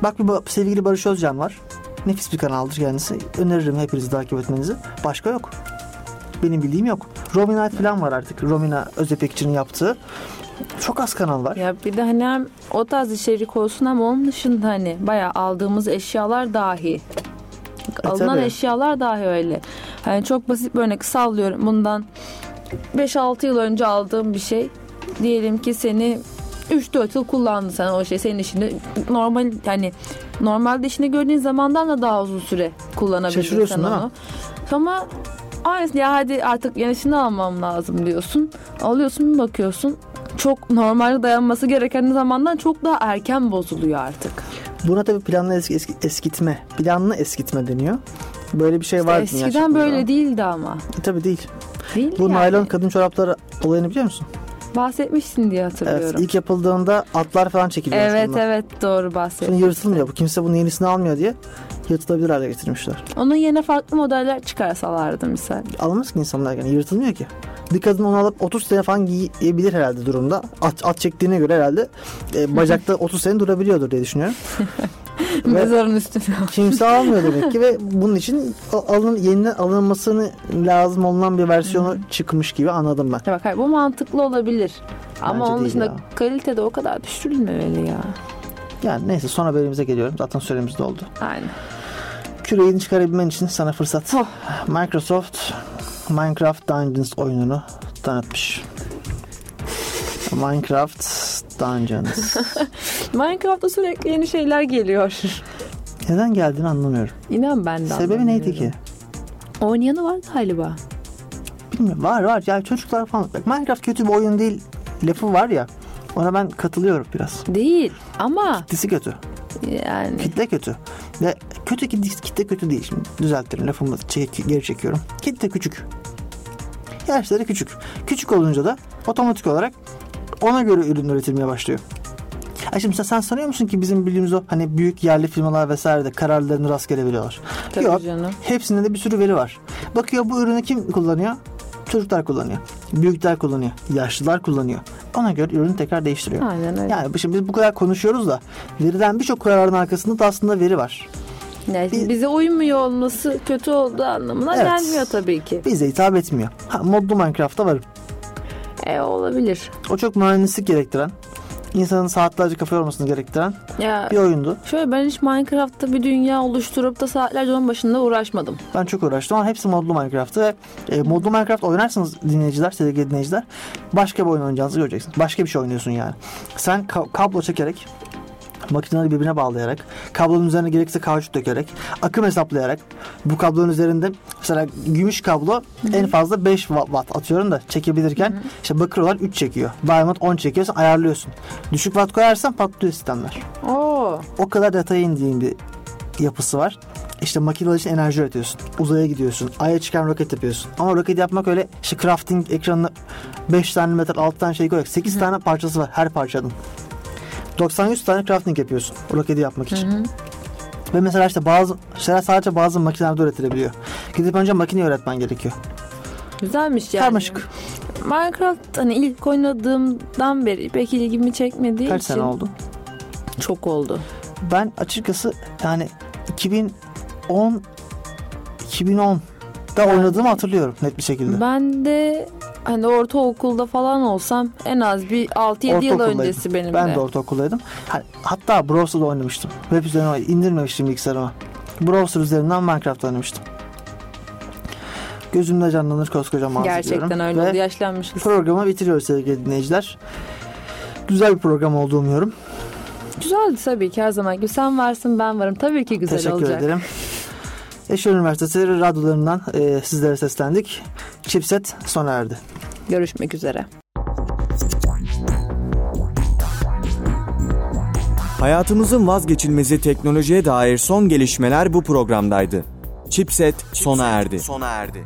Speaker 2: Bak bir ba- sevgili Barış Özcan var. Nefis bir kanaldır kendisi. Öneririm hepinizi takip etmenizi. Başka yok. Benim bildiğim yok. Romina falan var artık. Romina Özepekçi'nin yaptığı. Çok az kanal var.
Speaker 3: Ya bir de hani hem o tarz içerik olsun ama onun dışında hani bayağı aldığımız eşyalar dahi. Alınan
Speaker 2: E, tabii.
Speaker 3: eşyalar dahi öyle. Hani çok basit bir örnek sallıyorum. Bundan 5-6 yıl önce aldığım bir şey. Diyelim ki seni 3-4 yıl kullandın sen o şey senin işini normal yani normalde işini gördüğün zamandan da daha uzun süre kullanabilirsin
Speaker 2: Şaşırıyorsun
Speaker 3: onu.
Speaker 2: değil mi?
Speaker 3: Ama aynısı ya hadi artık yenisini almam lazım diyorsun. Alıyorsun bir bakıyorsun çok normalde dayanması gereken zamandan çok daha erken bozuluyor artık.
Speaker 2: Buna tabii planlı eski, eski- eskitme. Planlı eskitme deniyor. Böyle bir şey var. dünya
Speaker 3: Eskiden
Speaker 2: çapında.
Speaker 3: böyle değildi ama.
Speaker 2: E, tabii değil.
Speaker 3: Değil
Speaker 2: Bu
Speaker 3: yani.
Speaker 2: naylon kadın çorapları olayını biliyor musun?
Speaker 3: Bahsetmişsin diye
Speaker 2: Evet.
Speaker 3: hatırlıyorum.
Speaker 2: İlk yapıldığında atlar falan çekiliyor.
Speaker 3: Evet
Speaker 2: aslında.
Speaker 3: evet doğru
Speaker 2: Sonra
Speaker 3: bahsettin.
Speaker 2: yırtılmıyor. Bu kimse bunun yenisini almıyor diye yırtılabilir hale getirmişler.
Speaker 3: Onun yerine farklı modeller çıkarsalardı misal.
Speaker 2: Almaz ki insanlar yani yırtılmıyor ki. Bir kadın onu alıp 30 sene falan giyebilir herhalde durumda. At, at çektiğine göre herhalde e, bacakta 30 sene durabiliyordur diye düşünüyorum. ve
Speaker 3: Mezarın üstüne.
Speaker 2: kimse almıyor demek ki ve bunun için a- alın, yeniden alınmasını lazım olunan bir versiyonu çıkmış gibi anladım ben.
Speaker 3: Ya Bak hayır, bu mantıklı olabilir. Ama
Speaker 2: Bence
Speaker 3: onun
Speaker 2: değil
Speaker 3: dışında
Speaker 2: ya.
Speaker 3: kalite de o kadar düşürülmemeli ya.
Speaker 2: Yani neyse son haberimize geliyorum. Zaten süremiz doldu.
Speaker 3: Aynen.
Speaker 2: küreğini çıkarabilmen için sana fırsat.
Speaker 3: Oh.
Speaker 2: Microsoft Minecraft Dungeons oyununu tanıtmış. Minecraft Dungeons.
Speaker 3: Minecraft'ta sürekli yeni şeyler geliyor.
Speaker 2: Neden geldiğini anlamıyorum.
Speaker 3: İnan ben de
Speaker 2: Sebebi neydi ki?
Speaker 3: anlamıyorum. Oynayanı var galiba.
Speaker 2: Bilmiyorum. Var var. Yani çocuklar falan. Bak, Minecraft kötü bir oyun değil lafı var ya. Ona ben katılıyorum biraz.
Speaker 3: Değil ama
Speaker 2: Kitlesi kötü.
Speaker 3: yani
Speaker 2: Kitle kötü. Ve kötü kitle, kitle kötü değil. Şimdi düzeltirim lafımı çek- geri çekiyorum. Kitle küçük. Yaşları küçük. Küçük olunca da otomatik olarak ona göre ürün üretilmeye başlıyor. Ha şimdi sen, sen sanıyor musun ki bizim bildiğimiz o hani büyük yerli firmalar vesaire de kararlarını rastgele veriyorlar.
Speaker 3: Tabii
Speaker 2: Yok.
Speaker 3: canım.
Speaker 2: Hepsinde de bir sürü veri var. Bakıyor bu ürünü kim kullanıyor? Çocuklar kullanıyor. Büyükler kullanıyor. Yaşlılar kullanıyor. Ona göre ürünü tekrar değiştiriyor.
Speaker 3: Aynen öyle.
Speaker 2: Yani bu- şimdi biz bu kadar konuşuyoruz da veriden birçok kararın arkasında da aslında veri var.
Speaker 3: Yani
Speaker 2: Biz-
Speaker 3: bize uymuyor olması kötü olduğu anlamına
Speaker 2: Evet.
Speaker 3: gelmiyor tabii ki.
Speaker 2: Bize hitap etmiyor. Ha, modlu Minecraft'ta varım.
Speaker 3: E olabilir.
Speaker 2: O çok mühendislik gerektiren, insanın saatlerce kafa yormasını gerektiren
Speaker 3: Ya
Speaker 2: bir oyundu.
Speaker 3: şöyle ben hiç Minecraft'ta bir dünya oluşturup da saatlerce onun başında uğraşmadım.
Speaker 2: Ben çok uğraştım ama hepsi modlu Minecraft'ı ve e, modlu Minecraft oynarsanız dinleyiciler, sevgili dinleyiciler başka bir oyun oynayacağınızı göreceksiniz. Başka bir şey oynuyorsun yani. Sen ka- kablo çekerek makineleri birbirine bağlayarak, kablonun üzerine gerekirse kauçuk dökerek, akım hesaplayarak bu kablonun üzerinde mesela gümüş kablo en fazla 5 wa- watt atıyorum da çekebilirken işte bakır olan 3 çekiyor. Diamond 10 çekiyorsan ayarlıyorsun. Düşük watt koyarsan patlıyor sistemler
Speaker 3: Oo.
Speaker 2: o kadar detaya indiğin bir yapısı var. İşte makineler için enerji üretiyorsun. Uzaya gidiyorsun. Ay'a çıkan roket yapıyorsun. Ama roket yapmak öyle işte crafting ekranına 5 tane metal 6 tane şey koyarak 8 tane parçası var her parçanın. 90-100 tane crafting yapıyorsun o roketi yapmak için. Ve mesela işte bazı şeyler sadece bazı makinelerde üretilebiliyor. Gidip önce makine öğretmen gerekiyor.
Speaker 3: Güzelmiş yani.
Speaker 2: Karmaşık.
Speaker 3: Minecraft hani ilk oynadığımdan beri pek ilgimi çekmediği
Speaker 2: Kaç
Speaker 3: için
Speaker 2: sene oldu?
Speaker 3: çok oldu.
Speaker 2: Ben açıkçası yani 2010 2010'da oynadığımı hatırlıyorum net bir şekilde.
Speaker 3: Ben de hani ortaokulda falan olsam en az bir 6-7 yıl
Speaker 2: Ortaokuldaydım.
Speaker 3: öncesi benim
Speaker 2: Ben
Speaker 3: de.
Speaker 2: de ortaokuldaydım. Ha- Hatta browser'da oynamıştım. Web üzerinden oyn- indirmemiştim bilgisayarıma. Browser üzerinden Minecraft oynamıştım. Gözümde canlanır koskoca mağaza
Speaker 3: Gerçekten
Speaker 2: diyorum.
Speaker 3: öyle oldu.
Speaker 2: Ve
Speaker 3: Yaşlanmışız.
Speaker 2: programı bitiriyoruz sevgili dinleyiciler. Güzel bir program olduğunu umuyorum.
Speaker 3: Güzeldi tabii ki her zaman. gibi. Sen varsın ben varım. Tabii ki güzel
Speaker 2: Teşekkür
Speaker 3: olacak.
Speaker 2: ederim. Eşer Üniversitesi radyolarından e, sizlere seslendik. Chipset sona erdi.
Speaker 3: Görüşmek üzere.
Speaker 1: Hayatımızın vazgeçilmezi teknolojiye dair son gelişmeler bu programdaydı. Chipset sona erdi.